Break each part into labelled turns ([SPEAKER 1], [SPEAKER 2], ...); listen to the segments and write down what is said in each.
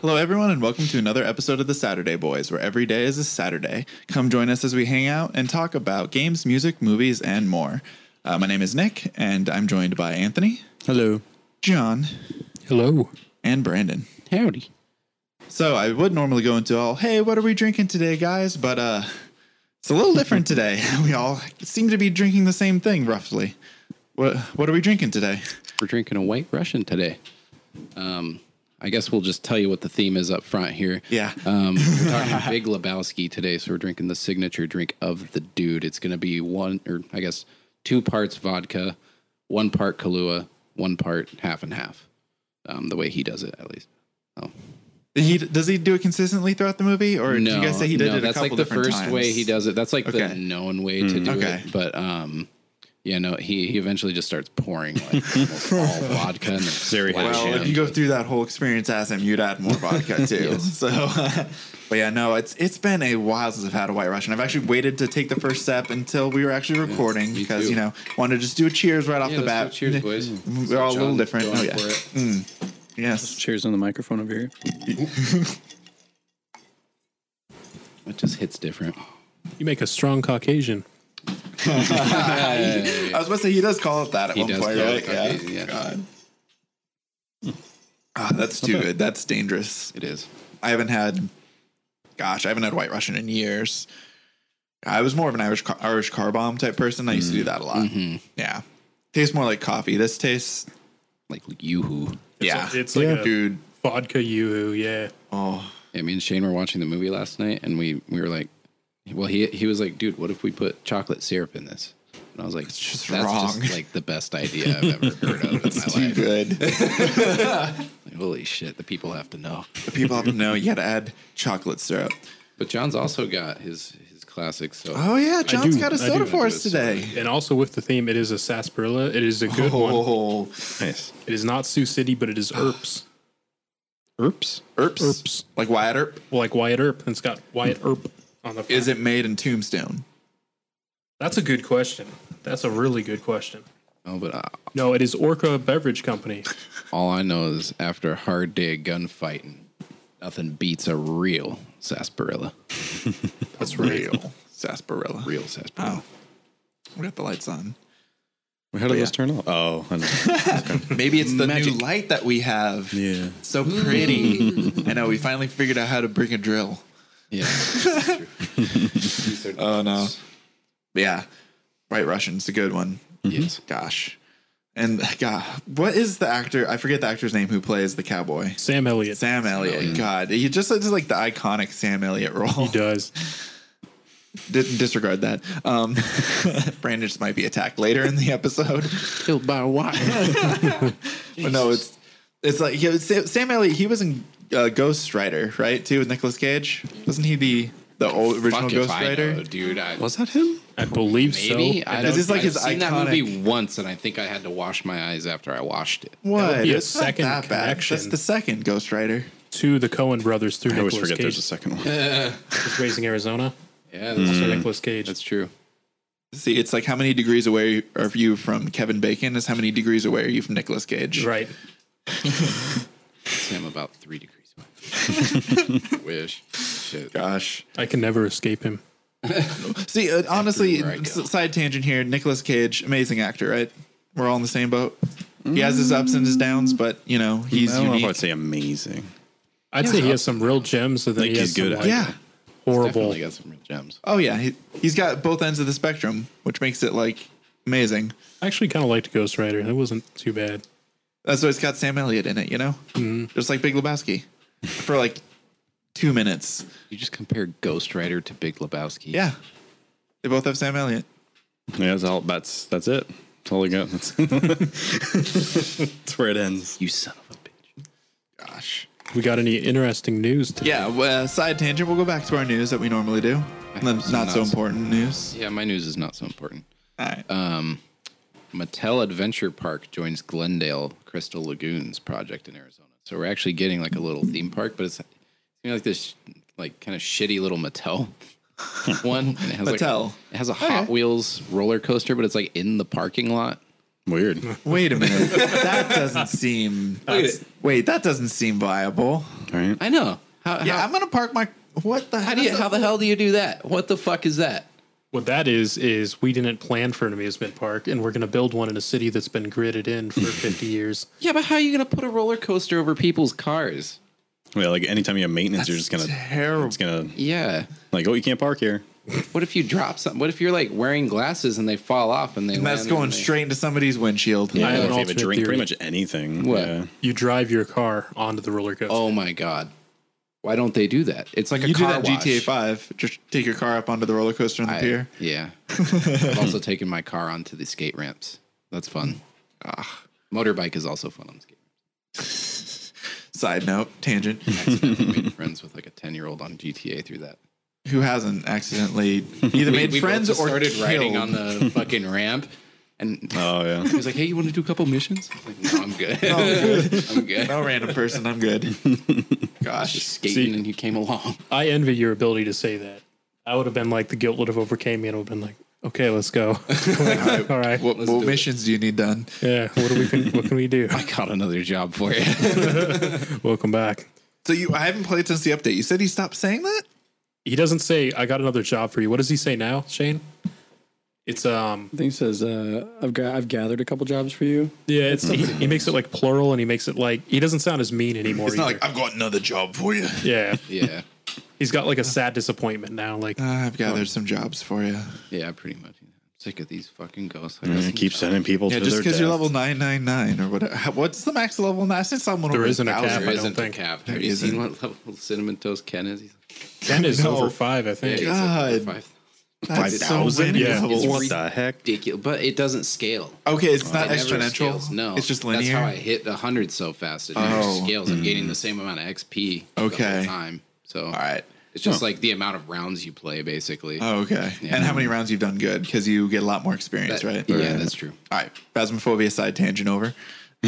[SPEAKER 1] Hello, everyone, and welcome to another episode of the Saturday Boys, where every day is a Saturday. Come join us as we hang out and talk about games, music, movies, and more. Uh, my name is Nick, and I'm joined by Anthony,
[SPEAKER 2] Hello.
[SPEAKER 1] John,
[SPEAKER 2] Hello.
[SPEAKER 1] and Brandon.
[SPEAKER 2] Howdy.
[SPEAKER 1] So I would normally go into all, hey, what are we drinking today, guys? But uh, it's a little different today. We all seem to be drinking the same thing, roughly. What What are we drinking today?
[SPEAKER 2] We're drinking a white Russian today. Um, I guess we'll just tell you what the theme is up front here.
[SPEAKER 1] Yeah.
[SPEAKER 2] Um, we're talking Big Lebowski today, so we're drinking the signature drink of the dude. It's going to be one, or I guess two parts vodka, one part Kahlua, one part half and half. Um, the way he does it, at least. Oh.
[SPEAKER 1] He does he do it consistently throughout the movie, or did you guys say he did
[SPEAKER 2] no,
[SPEAKER 1] it a
[SPEAKER 2] that's
[SPEAKER 1] couple
[SPEAKER 2] like the
[SPEAKER 1] different
[SPEAKER 2] first
[SPEAKER 1] times?
[SPEAKER 2] way he does it. That's like the
[SPEAKER 1] Okay. Hmm,
[SPEAKER 2] known way to do
[SPEAKER 1] Okay.
[SPEAKER 2] it. But um, yeah, no, he he eventually just starts pouring like almost all vodka and very
[SPEAKER 1] Well, if you go through that whole experience as him, you'd add more vodka too. So, but yeah, no, it's it's been a while since I've had a White Russian. I've actually waited to take the first step until we were actually recording
[SPEAKER 2] me
[SPEAKER 1] because
[SPEAKER 2] too.
[SPEAKER 1] you know wanted to just do a cheers right off
[SPEAKER 2] Yeah,
[SPEAKER 1] the bat.
[SPEAKER 2] let's do a cheers, boys.
[SPEAKER 1] Mm, We're all a little
[SPEAKER 2] John,
[SPEAKER 1] different.
[SPEAKER 2] go
[SPEAKER 1] Oh
[SPEAKER 2] on
[SPEAKER 1] yeah,
[SPEAKER 2] for it.
[SPEAKER 1] Mm. yes.
[SPEAKER 3] Cheers on the microphone over here.
[SPEAKER 2] It just hits different.
[SPEAKER 4] You make a strong Caucasian.
[SPEAKER 1] I was about to say he does call it that at
[SPEAKER 2] He
[SPEAKER 1] one
[SPEAKER 2] does
[SPEAKER 1] point,
[SPEAKER 2] call
[SPEAKER 1] right?
[SPEAKER 2] it Caucasian, yeah.
[SPEAKER 1] God. Ah, that's too good. That's dangerous.
[SPEAKER 2] It is.
[SPEAKER 1] I haven't had, gosh, I haven't had White Russian in years. I was more of an Irish car, Irish car bomb type person. I used to do that a lot. Yeah, tastes more like coffee. This tastes,
[SPEAKER 2] Like yoo-hoo.
[SPEAKER 1] yeah,
[SPEAKER 4] it's like a-
[SPEAKER 1] dude.
[SPEAKER 4] Vodka yoo-hoo, yeah.
[SPEAKER 1] Oh,
[SPEAKER 2] Yeah, me and Shane were watching the movie last night, and we we were like, well, he he was like, dude, what if we put chocolate syrup in this? And I was like,
[SPEAKER 1] just
[SPEAKER 2] that's
[SPEAKER 1] wrong."
[SPEAKER 2] just like the best idea I've ever heard of in my
[SPEAKER 1] too
[SPEAKER 2] life.
[SPEAKER 1] good.
[SPEAKER 2] Like, Holy shit, the people have to know.
[SPEAKER 1] The people have to know. You got to add chocolate syrup.
[SPEAKER 2] But John's also got his his classics. So
[SPEAKER 1] Oh yeah, John's
[SPEAKER 4] do-
[SPEAKER 1] got a
[SPEAKER 4] I do
[SPEAKER 1] soda for
[SPEAKER 2] do
[SPEAKER 1] us
[SPEAKER 2] a soda.
[SPEAKER 1] today.
[SPEAKER 4] And also with the theme, it is a sarsaparilla. It is a good one.
[SPEAKER 1] Oh,
[SPEAKER 3] Nice.
[SPEAKER 4] It is not Sioux City, but it is Earps.
[SPEAKER 2] Oops.
[SPEAKER 1] erps.
[SPEAKER 4] Erps.
[SPEAKER 1] like Wyatt Earp.
[SPEAKER 4] Well, like Wyatt Earp, and it's got Wyatt Earp on the front.
[SPEAKER 1] Is it made in Tombstone?
[SPEAKER 4] That's a good question. That's a really good question.
[SPEAKER 2] Oh, but uh,
[SPEAKER 4] No, it is Orca Beverage Company.
[SPEAKER 2] all I know is after a hard day of gunfighting, nothing beats a real sarsaparilla.
[SPEAKER 4] That's right.
[SPEAKER 1] Real sarsaparilla.
[SPEAKER 2] Real sarsaparilla.
[SPEAKER 1] Oh, we got the lights on.
[SPEAKER 3] Wait, how did this turn off? Oh, I know.
[SPEAKER 1] Maybe it's the new light that we have.
[SPEAKER 3] yeah.
[SPEAKER 1] So pretty. I know we finally figured out how to bring a drill.
[SPEAKER 2] Yeah.
[SPEAKER 1] Oh no. Yeah. White Russian's a good one.
[SPEAKER 3] Mm-hmm.
[SPEAKER 2] yes.
[SPEAKER 1] Gosh. And God, what is the actor? I forget the actor's name who plays the cowboy.
[SPEAKER 4] Sam Elliott.
[SPEAKER 1] Sam Elliott. God, he just does like the iconic Sam Elliott role.
[SPEAKER 4] He does.
[SPEAKER 1] Dis- disregard that. Um, Brandon just might be attacked later in the episode.
[SPEAKER 2] Killed by a wire.
[SPEAKER 1] But no, it's it's like yeah, Sam, Sam Elliott. He was in uh, Ghost Rider, right? Too with Nicolas Cage. Wasn't he the the old original
[SPEAKER 2] Fuck
[SPEAKER 1] Ghost
[SPEAKER 2] if I know,
[SPEAKER 1] Rider?
[SPEAKER 2] dude. I,
[SPEAKER 3] Was that him?
[SPEAKER 4] I believe
[SPEAKER 2] maybe
[SPEAKER 4] so.
[SPEAKER 2] I
[SPEAKER 1] Is
[SPEAKER 2] don't.
[SPEAKER 1] this like
[SPEAKER 2] I've
[SPEAKER 1] his
[SPEAKER 2] seen that
[SPEAKER 1] iconic- Hmm.
[SPEAKER 2] movie once, and I think I had to wash my eyes after I washed it.
[SPEAKER 1] What?
[SPEAKER 4] be a
[SPEAKER 1] It's not
[SPEAKER 4] second
[SPEAKER 1] that bad.
[SPEAKER 4] connection.
[SPEAKER 1] That's the second Ghost Rider.
[SPEAKER 4] To the Cohen brothers through
[SPEAKER 3] I always
[SPEAKER 4] Nicholas
[SPEAKER 3] forget there's a
[SPEAKER 4] Cage.
[SPEAKER 3] second one.
[SPEAKER 4] Raising Arizona.
[SPEAKER 2] Yeah, that's,
[SPEAKER 4] So
[SPEAKER 2] true.
[SPEAKER 4] Nicholas Cage.
[SPEAKER 2] Mm. that's true.
[SPEAKER 1] See, it's like how many degrees away are you from Kevin Bacon is how many degrees away are you from Nicolas Cage.
[SPEAKER 4] right.
[SPEAKER 2] Sam about three degrees. away. Wish. Shit.
[SPEAKER 1] Gosh.
[SPEAKER 4] I can never escape him.
[SPEAKER 1] See, uh, honestly,
[SPEAKER 2] Everywhere I go.
[SPEAKER 1] s- side tangent here. Nicolas Cage, amazing actor, right? We're all in the same boat. He has his ups and his downs, but you know he's
[SPEAKER 3] I don't know if
[SPEAKER 1] unique.
[SPEAKER 3] I'd say amazing.
[SPEAKER 4] I'd say he has some real gems. And then
[SPEAKER 3] Like,
[SPEAKER 4] he
[SPEAKER 3] he's
[SPEAKER 4] has
[SPEAKER 3] good at
[SPEAKER 4] some, like,
[SPEAKER 3] it.
[SPEAKER 1] yeah.
[SPEAKER 4] horrible.
[SPEAKER 2] Definitely got some real gems.
[SPEAKER 1] Oh yeah, he, he's got both ends of the spectrum, which makes it like amazing.
[SPEAKER 4] I actually kind of liked Ghost Rider. That wasn't too bad.
[SPEAKER 1] That's why it's got Sam Elliott in it, you know, just like Big Lebowski, for like two minutes.
[SPEAKER 2] You just compare Ghost Rider to Big Lebowski.
[SPEAKER 1] Yeah, they both have Sam Elliott.
[SPEAKER 3] Yeah, that's all. That's that's it. That's all I got. That's, that's where it ends.
[SPEAKER 2] You son of a bitch.
[SPEAKER 1] Gosh.
[SPEAKER 4] We got any interesting news? Today?
[SPEAKER 1] Yeah. Well, uh, side tangent. We'll go back to our news that we normally do. Not, not so important news. Uh,
[SPEAKER 2] Yeah, my news is not so important.
[SPEAKER 1] All right.
[SPEAKER 2] Mattel Adventure Park joins Glendale Crystal Lagoons project in Arizona. So we're actually getting like a little theme park, but it's you know, like this like kind of shitty little Mattel one. And it has
[SPEAKER 1] Mattel.
[SPEAKER 2] Like, it has a Hot Wheels roller coaster, but it's like in the parking lot.
[SPEAKER 3] Weird.
[SPEAKER 1] Wait a minute. that doesn't seem. Wait, that doesn't seem viable.
[SPEAKER 3] right?
[SPEAKER 2] I know. How,
[SPEAKER 1] Yeah,
[SPEAKER 2] how,
[SPEAKER 1] I'm gonna park my. What the?
[SPEAKER 2] how do you? How the hell do you do that? What the fuck is that?
[SPEAKER 4] What that is is we didn't plan for an amusement park, and we're going to build one in a city that's been gridded in for 50 years.
[SPEAKER 2] Yeah, but how are you gonna put a roller coaster over people's cars?
[SPEAKER 3] Yeah, like anytime you have maintenance, you're just gonna
[SPEAKER 1] terrible.
[SPEAKER 3] it's gonna
[SPEAKER 2] Yeah.
[SPEAKER 3] like oh you can't park here.
[SPEAKER 2] What if you drop something? What if you're like wearing glasses and they fall off and they?
[SPEAKER 1] And that's
[SPEAKER 2] land
[SPEAKER 1] going
[SPEAKER 2] they-
[SPEAKER 1] straight into somebody's windshield.
[SPEAKER 4] I have
[SPEAKER 3] if you
[SPEAKER 4] an
[SPEAKER 3] have a
[SPEAKER 4] alternate
[SPEAKER 3] drink,
[SPEAKER 4] theory.
[SPEAKER 3] pretty much anything.
[SPEAKER 2] What?
[SPEAKER 3] Yeah.
[SPEAKER 4] You drive your car onto the roller coaster.
[SPEAKER 2] Oh my god! Why don't they do that? It's like a
[SPEAKER 1] You do
[SPEAKER 2] car
[SPEAKER 1] that
[SPEAKER 2] wash.
[SPEAKER 1] GTA Five. Just take your car up onto the roller coaster on the
[SPEAKER 2] I-
[SPEAKER 1] pier.
[SPEAKER 2] Yeah. I've also taken my car onto the skate ramps. That's fun. Ah, Motorbike is also fun on skate.
[SPEAKER 1] Side note, tangent.
[SPEAKER 2] Accidentally made friends with like a ten year old on GTA through that.
[SPEAKER 1] Who hasn't accidentally either
[SPEAKER 2] We-
[SPEAKER 1] made
[SPEAKER 2] we both
[SPEAKER 1] friends
[SPEAKER 2] just
[SPEAKER 1] or
[SPEAKER 2] started
[SPEAKER 1] killed?
[SPEAKER 2] riding on the fucking ramp, and
[SPEAKER 3] Oh yeah.
[SPEAKER 2] he was like, "Hey, you want to do a couple missions?" I was like, no, I'm good. I'm good.
[SPEAKER 1] No random person. I'm good. Gosh.
[SPEAKER 2] Just skating, and he came along.
[SPEAKER 4] I envy your ability to say that. I would have been like, the guilt would have overcame me, and I would have been like, okay, let's go. All right.
[SPEAKER 1] What, what missions do you need done?
[SPEAKER 4] Yeah. What, do we can, what can we do?
[SPEAKER 2] I got another job for you.
[SPEAKER 4] Welcome back.
[SPEAKER 1] So you, I haven't played since the update. You said he stopped saying that.
[SPEAKER 4] He doesn't say, I got another job for you. What does he say now, Shane? It's, um,
[SPEAKER 5] I think it says uh, I've got I've gathered a couple jobs for you.
[SPEAKER 4] yeah, it's, he, he makes it like plural and he makes it like, he doesn't sound as mean anymore.
[SPEAKER 1] It's not
[SPEAKER 4] either.
[SPEAKER 1] like I've got another job for you.
[SPEAKER 4] yeah.
[SPEAKER 2] yeah,
[SPEAKER 4] He's got like a sad disappointment now. Like,
[SPEAKER 1] I've gathered some jobs for you.
[SPEAKER 2] yeah, pretty much. I'm sick of these fucking ghosts. I
[SPEAKER 3] I
[SPEAKER 2] guess
[SPEAKER 3] keep sending people
[SPEAKER 1] Yeah,
[SPEAKER 3] to
[SPEAKER 1] just
[SPEAKER 3] their
[SPEAKER 1] because you're
[SPEAKER 3] death.
[SPEAKER 1] level nine nine nine or whatever. How- What's the max level? in that? I seen someone
[SPEAKER 4] There
[SPEAKER 1] over
[SPEAKER 4] isn't a cap,
[SPEAKER 1] thousand.
[SPEAKER 2] there
[SPEAKER 4] I don't
[SPEAKER 2] isn't a
[SPEAKER 4] think-
[SPEAKER 2] cap. Have you
[SPEAKER 1] there isn't.
[SPEAKER 2] seen what level cinnamon toast Ken is? He's like,
[SPEAKER 4] Ken is
[SPEAKER 1] No.
[SPEAKER 4] over five, I
[SPEAKER 2] yeah,
[SPEAKER 4] think.
[SPEAKER 2] he's like
[SPEAKER 1] God.
[SPEAKER 2] five.
[SPEAKER 1] That's so
[SPEAKER 3] 5,000?
[SPEAKER 1] many
[SPEAKER 4] Yeah.
[SPEAKER 1] levels.
[SPEAKER 3] What the heck?
[SPEAKER 2] ridiculous, but it doesn't scale.
[SPEAKER 1] Okay, it's not
[SPEAKER 2] It never
[SPEAKER 1] exponential.
[SPEAKER 2] scales. No,
[SPEAKER 1] it's just
[SPEAKER 2] That's
[SPEAKER 1] linear.
[SPEAKER 2] how I hit hundred so fast. It never
[SPEAKER 1] Oh.
[SPEAKER 2] scales. I'm gaining the same amount of XP. the
[SPEAKER 1] Okay.
[SPEAKER 2] whole time. So
[SPEAKER 1] All right.
[SPEAKER 2] it's just like the amount of rounds you play, basically.
[SPEAKER 1] Oh, okay. And how many rounds you've done good? Because you get a lot more experience,
[SPEAKER 2] That-
[SPEAKER 1] right?
[SPEAKER 2] Yeah, that's true.
[SPEAKER 1] All right, phasmophobia side tangent over.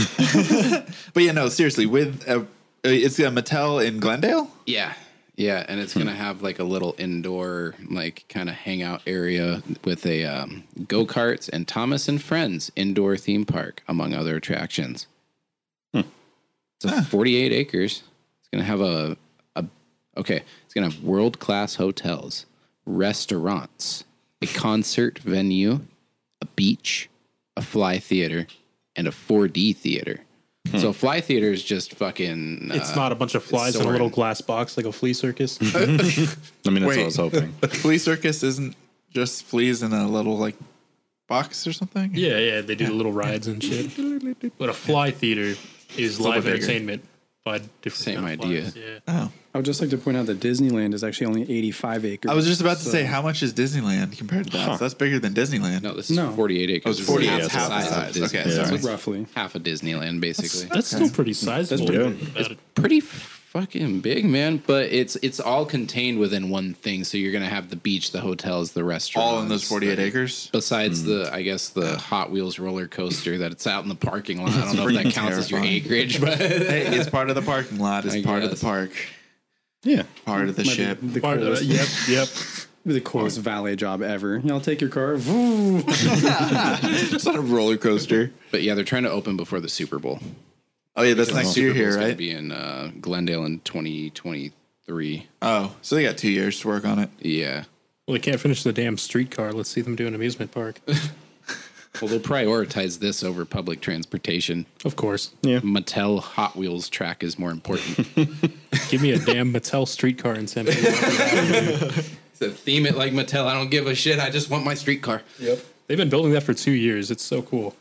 [SPEAKER 1] but yeah, no, seriously, with uh, it's uh, Mattel in Glendale.
[SPEAKER 2] Yeah. Yeah, and it's gonna have like a little indoor, like kind of hangout area with a um, go karts and Thomas and Friends indoor theme park, among other attractions. It's a forty-eight acres. It's gonna have a, a okay. It's gonna have world-class hotels, restaurants, a concert venue, a beach, a fly theater, and a four D theater. So fly theater is just fucking.
[SPEAKER 4] It's not a bunch of flies in a
[SPEAKER 2] soaring.
[SPEAKER 4] little glass box like a flea circus.
[SPEAKER 3] I mean, that's
[SPEAKER 1] Wait.
[SPEAKER 3] what I was hoping.
[SPEAKER 1] Flea circus isn't just fleas in a little like box or something.
[SPEAKER 4] yeah, yeah, they do little rides and shit. But a fly theater is live
[SPEAKER 1] bigger.
[SPEAKER 4] entertainment by different
[SPEAKER 2] Same
[SPEAKER 4] kind of
[SPEAKER 2] idea.
[SPEAKER 4] flies, Yeah.
[SPEAKER 1] Oh.
[SPEAKER 5] I would just like to point out that Disneyland is actually only 85 acres.
[SPEAKER 1] I was just about to say, how much is Disneyland compared to that? So that's bigger than Disneyland.
[SPEAKER 2] No, this is
[SPEAKER 5] No.
[SPEAKER 2] 48 acres.
[SPEAKER 1] Oh, it's
[SPEAKER 2] This is
[SPEAKER 1] 48,
[SPEAKER 2] half
[SPEAKER 1] it's
[SPEAKER 2] the
[SPEAKER 1] half the
[SPEAKER 2] size
[SPEAKER 1] size.
[SPEAKER 2] of Disney.
[SPEAKER 1] Okay,
[SPEAKER 2] So
[SPEAKER 1] so
[SPEAKER 2] it's
[SPEAKER 5] roughly.
[SPEAKER 2] half of Disneyland, basically.
[SPEAKER 4] That's still pretty sizable.
[SPEAKER 3] pretty
[SPEAKER 4] about it.
[SPEAKER 2] pretty fucking big, man. But it's it's all contained within one thing. So you're gonna have the beach, the hotels, the restaurants,
[SPEAKER 1] All in those 48 acres. Hmm.
[SPEAKER 2] Besides the, I guess the Hot Wheels roller coaster that it's out in the parking lot. I don't know if that counts as your
[SPEAKER 1] terrifying.
[SPEAKER 2] acreage, but
[SPEAKER 1] Hey, it's part of the parking lot. It's
[SPEAKER 2] I
[SPEAKER 1] part of
[SPEAKER 2] guess.
[SPEAKER 1] the park.
[SPEAKER 3] Yeah.
[SPEAKER 1] Part of the
[SPEAKER 5] Might be
[SPEAKER 1] ship.
[SPEAKER 5] The
[SPEAKER 4] Part of
[SPEAKER 5] coolest,
[SPEAKER 4] it, Yep, yep.
[SPEAKER 5] the coolest valet job ever. I'll take your car. Vroom.
[SPEAKER 1] It's not a roller coaster.
[SPEAKER 2] but yeah, they're trying to open before the Super Bowl.
[SPEAKER 1] Oh yeah, that's next year
[SPEAKER 2] Super
[SPEAKER 1] here,
[SPEAKER 2] Bowl's gonna
[SPEAKER 1] right?
[SPEAKER 2] Be in uh, Glendale in 2023.
[SPEAKER 1] Oh, so they got two years to work on it.
[SPEAKER 2] Yeah.
[SPEAKER 4] Well, they can't finish the damn streetcar. Let's see them do an amusement park.
[SPEAKER 2] Well, they'll prioritize this over public transportation.
[SPEAKER 4] Of course.
[SPEAKER 2] Mattel Hot Wheels track is more important.
[SPEAKER 4] Give me a damn Mattel streetcar and send me.
[SPEAKER 2] so theme it like Mattel. I don't give a shit. I just want my streetcar.
[SPEAKER 4] Yep. They've been building that for two years. It's so cool.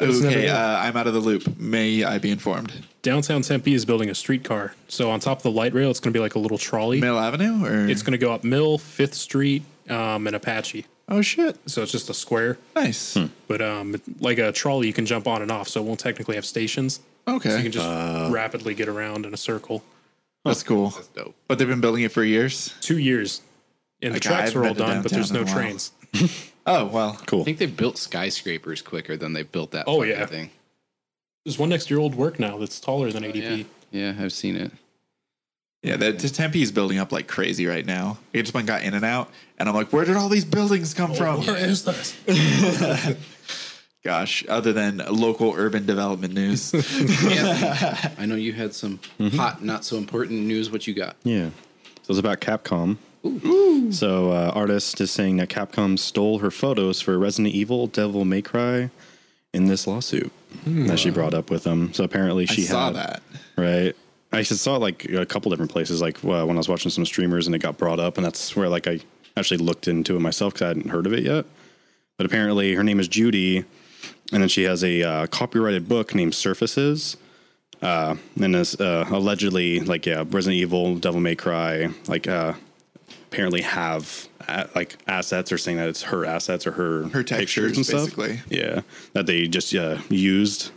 [SPEAKER 4] was never
[SPEAKER 1] Okay,
[SPEAKER 4] done.
[SPEAKER 1] uh, I'm out of the loop. May I be informed?
[SPEAKER 4] Downtown Tempe is building a streetcar. So on top of the light rail, it's going to be like a little trolley.
[SPEAKER 1] Mill Avenue or
[SPEAKER 4] It's going to go up Mill, Fifth Street, um, and Apache.
[SPEAKER 1] oh shit,
[SPEAKER 4] So it's just a square,
[SPEAKER 1] nice.
[SPEAKER 4] but um, it- like a trolley, you can jump on and off. So it won't technically have stations. So you
[SPEAKER 1] Okay, Uh.
[SPEAKER 4] can just rapidly get around in a circle.
[SPEAKER 1] that's cool.
[SPEAKER 2] dope.
[SPEAKER 1] But they've been building it for years.
[SPEAKER 4] Two years, and the
[SPEAKER 1] Like, I
[SPEAKER 4] tracks
[SPEAKER 1] haven't
[SPEAKER 4] are all
[SPEAKER 1] been to
[SPEAKER 4] done, but there's no
[SPEAKER 1] downtown in a while.
[SPEAKER 4] trains.
[SPEAKER 1] Oh well,
[SPEAKER 2] I
[SPEAKER 3] Cool.
[SPEAKER 2] think they've built skyscrapers quicker than they built that.
[SPEAKER 4] Oh,
[SPEAKER 2] fucking
[SPEAKER 4] yeah.
[SPEAKER 2] thing.
[SPEAKER 4] There's one next to your old work now that's taller than ADP.
[SPEAKER 2] Oh, Yeah, yeah, I've seen it.
[SPEAKER 1] yeah. That Tempe is building up like crazy right now. It just went got
[SPEAKER 3] Oh,
[SPEAKER 1] in and out, and I'm like, where did all these buildings come from?
[SPEAKER 4] Where is this?
[SPEAKER 1] Gosh, other than local urban development news.
[SPEAKER 2] Anthony, I know you had some
[SPEAKER 1] Mm-hmm.
[SPEAKER 2] hot, not so important news. What you got?
[SPEAKER 3] Yeah. So it's about Capcom. So uh, artist is saying that Capcom stole her photos for Resident Evil, Devil May Cry, in this lawsuit that she brought up with them. So apparently she
[SPEAKER 1] Hmm. I saw
[SPEAKER 3] had,
[SPEAKER 1] that.
[SPEAKER 3] right. I just saw it like a couple different places, like uh, when I was watching some streamers and it got brought up, and that's where like I actually looked into it myself because I hadn't heard of it yet. But apparently her name is Judy, and then she has a uh, copyrighted book named Surfaces. Uh, and is uh, allegedly like yeah, Resident Evil, Devil May Cry, like uh, apparently have uh, like assets or saying that it's her assets or her
[SPEAKER 1] Her textures,
[SPEAKER 3] pictures and stuff.
[SPEAKER 1] basically.
[SPEAKER 3] Yeah, that they just uh, used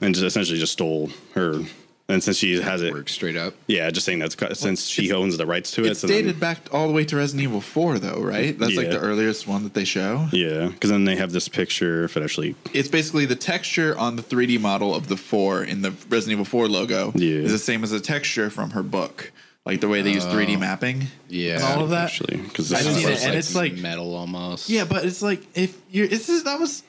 [SPEAKER 3] and just essentially just stole her. And since she has it,
[SPEAKER 2] Work straight up.
[SPEAKER 3] yeah, just saying that's got- since she owns the rights to it.
[SPEAKER 1] It's
[SPEAKER 3] so then-
[SPEAKER 1] dated back all the way to Resident Evil 4, though, right? That's like
[SPEAKER 3] Yeah.
[SPEAKER 1] the earliest one that they show.
[SPEAKER 3] yeah, because then they have this picture. If it actually,
[SPEAKER 1] It's basically the texture on the 3D model of the 4 in the Resident Evil 4 logo
[SPEAKER 3] Yeah.
[SPEAKER 1] is the same as the texture from her book. Like the way they use 3D mapping.
[SPEAKER 2] Yeah.
[SPEAKER 1] And all of that.
[SPEAKER 3] Oh. actually, because
[SPEAKER 1] I've
[SPEAKER 2] It
[SPEAKER 1] Uh, seen it,
[SPEAKER 2] looks
[SPEAKER 1] and it's like-
[SPEAKER 2] metal almost.
[SPEAKER 1] Yeah, but it's like if you're this is that was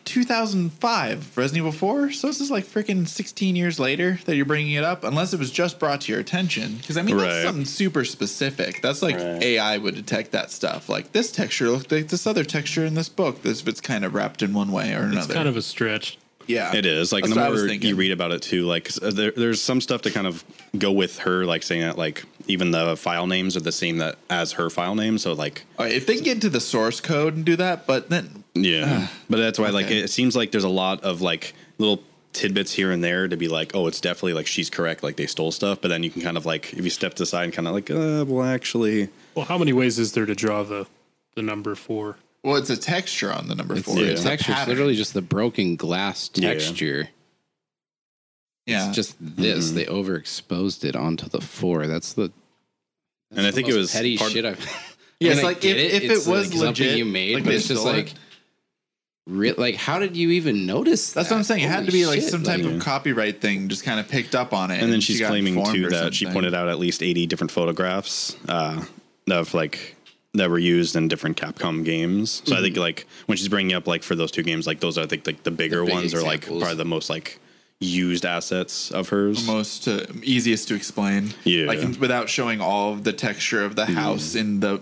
[SPEAKER 1] 2005 Resident Evil 4, so this is like freaking 16 years later that you're bringing it up, unless it was just brought to your attention. Because I mean,
[SPEAKER 3] Right.
[SPEAKER 1] that's something super specific. That's like
[SPEAKER 3] Right.
[SPEAKER 1] AI would detect that stuff. Like this texture looked like this other texture in this book. This if it's kind of wrapped in one way or another.
[SPEAKER 4] It's kind of a stretch.
[SPEAKER 1] yeah,
[SPEAKER 3] It is like
[SPEAKER 1] That's
[SPEAKER 3] the
[SPEAKER 1] what I was
[SPEAKER 3] more
[SPEAKER 1] thinking.
[SPEAKER 3] you read about it too, like 'cause, uh, there, there's some stuff to kind of go with her, like saying that like even the file names are the same that as her file name. So like
[SPEAKER 1] All right, if they can get into the source code and do that, but then
[SPEAKER 3] yeah, but that's why like
[SPEAKER 1] Uh, okay.
[SPEAKER 3] it seems like there's a lot of like little tidbits here and there to be like oh it's definitely like she's correct like they stole stuff but then you can kind of like if you step to the side and kind of like uh well actually
[SPEAKER 4] Well, how many ways is there to draw the the number four?
[SPEAKER 1] well, it's a texture on the number four.
[SPEAKER 3] yeah.
[SPEAKER 1] It's a
[SPEAKER 2] texture. It's
[SPEAKER 1] pattern.
[SPEAKER 2] literally just the broken glass
[SPEAKER 3] Yeah.
[SPEAKER 2] texture.
[SPEAKER 1] yeah. Mm-hmm.
[SPEAKER 2] It's just this. They overexposed it onto the four. That's the. that's
[SPEAKER 3] And I
[SPEAKER 2] the
[SPEAKER 3] think it
[SPEAKER 2] most
[SPEAKER 3] was
[SPEAKER 2] petty
[SPEAKER 3] part-
[SPEAKER 2] shit. I've,
[SPEAKER 1] Yeah,
[SPEAKER 2] I
[SPEAKER 1] it's
[SPEAKER 2] mean, I
[SPEAKER 1] like
[SPEAKER 2] get
[SPEAKER 1] if- if
[SPEAKER 2] It's
[SPEAKER 1] it was
[SPEAKER 2] like something
[SPEAKER 1] legit,
[SPEAKER 2] you made,
[SPEAKER 1] like
[SPEAKER 2] but
[SPEAKER 1] they
[SPEAKER 2] it's just
[SPEAKER 1] stole
[SPEAKER 2] like,
[SPEAKER 1] it.
[SPEAKER 2] re- like how did you even notice?
[SPEAKER 1] That's
[SPEAKER 2] that?
[SPEAKER 1] what I'm saying. It had
[SPEAKER 2] Holy
[SPEAKER 1] to be like
[SPEAKER 2] shit,
[SPEAKER 1] some type
[SPEAKER 3] yeah.
[SPEAKER 1] of copyright thing, just kind of picked up on it.
[SPEAKER 3] and then she's
[SPEAKER 1] got
[SPEAKER 3] claiming
[SPEAKER 1] informed
[SPEAKER 3] too
[SPEAKER 1] or
[SPEAKER 3] that she
[SPEAKER 1] something.
[SPEAKER 3] pointed out at least 80 different photographs uh, of like that were used in different Capcom games. So I
[SPEAKER 1] Mm-hmm.
[SPEAKER 3] think like when she's bringing up like for those two games, like those I think like the bigger
[SPEAKER 2] big
[SPEAKER 3] ones are like
[SPEAKER 2] examples.
[SPEAKER 3] probably the most like used assets of hers.
[SPEAKER 1] most uh, easiest to explain.
[SPEAKER 3] Yeah. Mm.
[SPEAKER 1] like in- without showing all of the texture of the house in the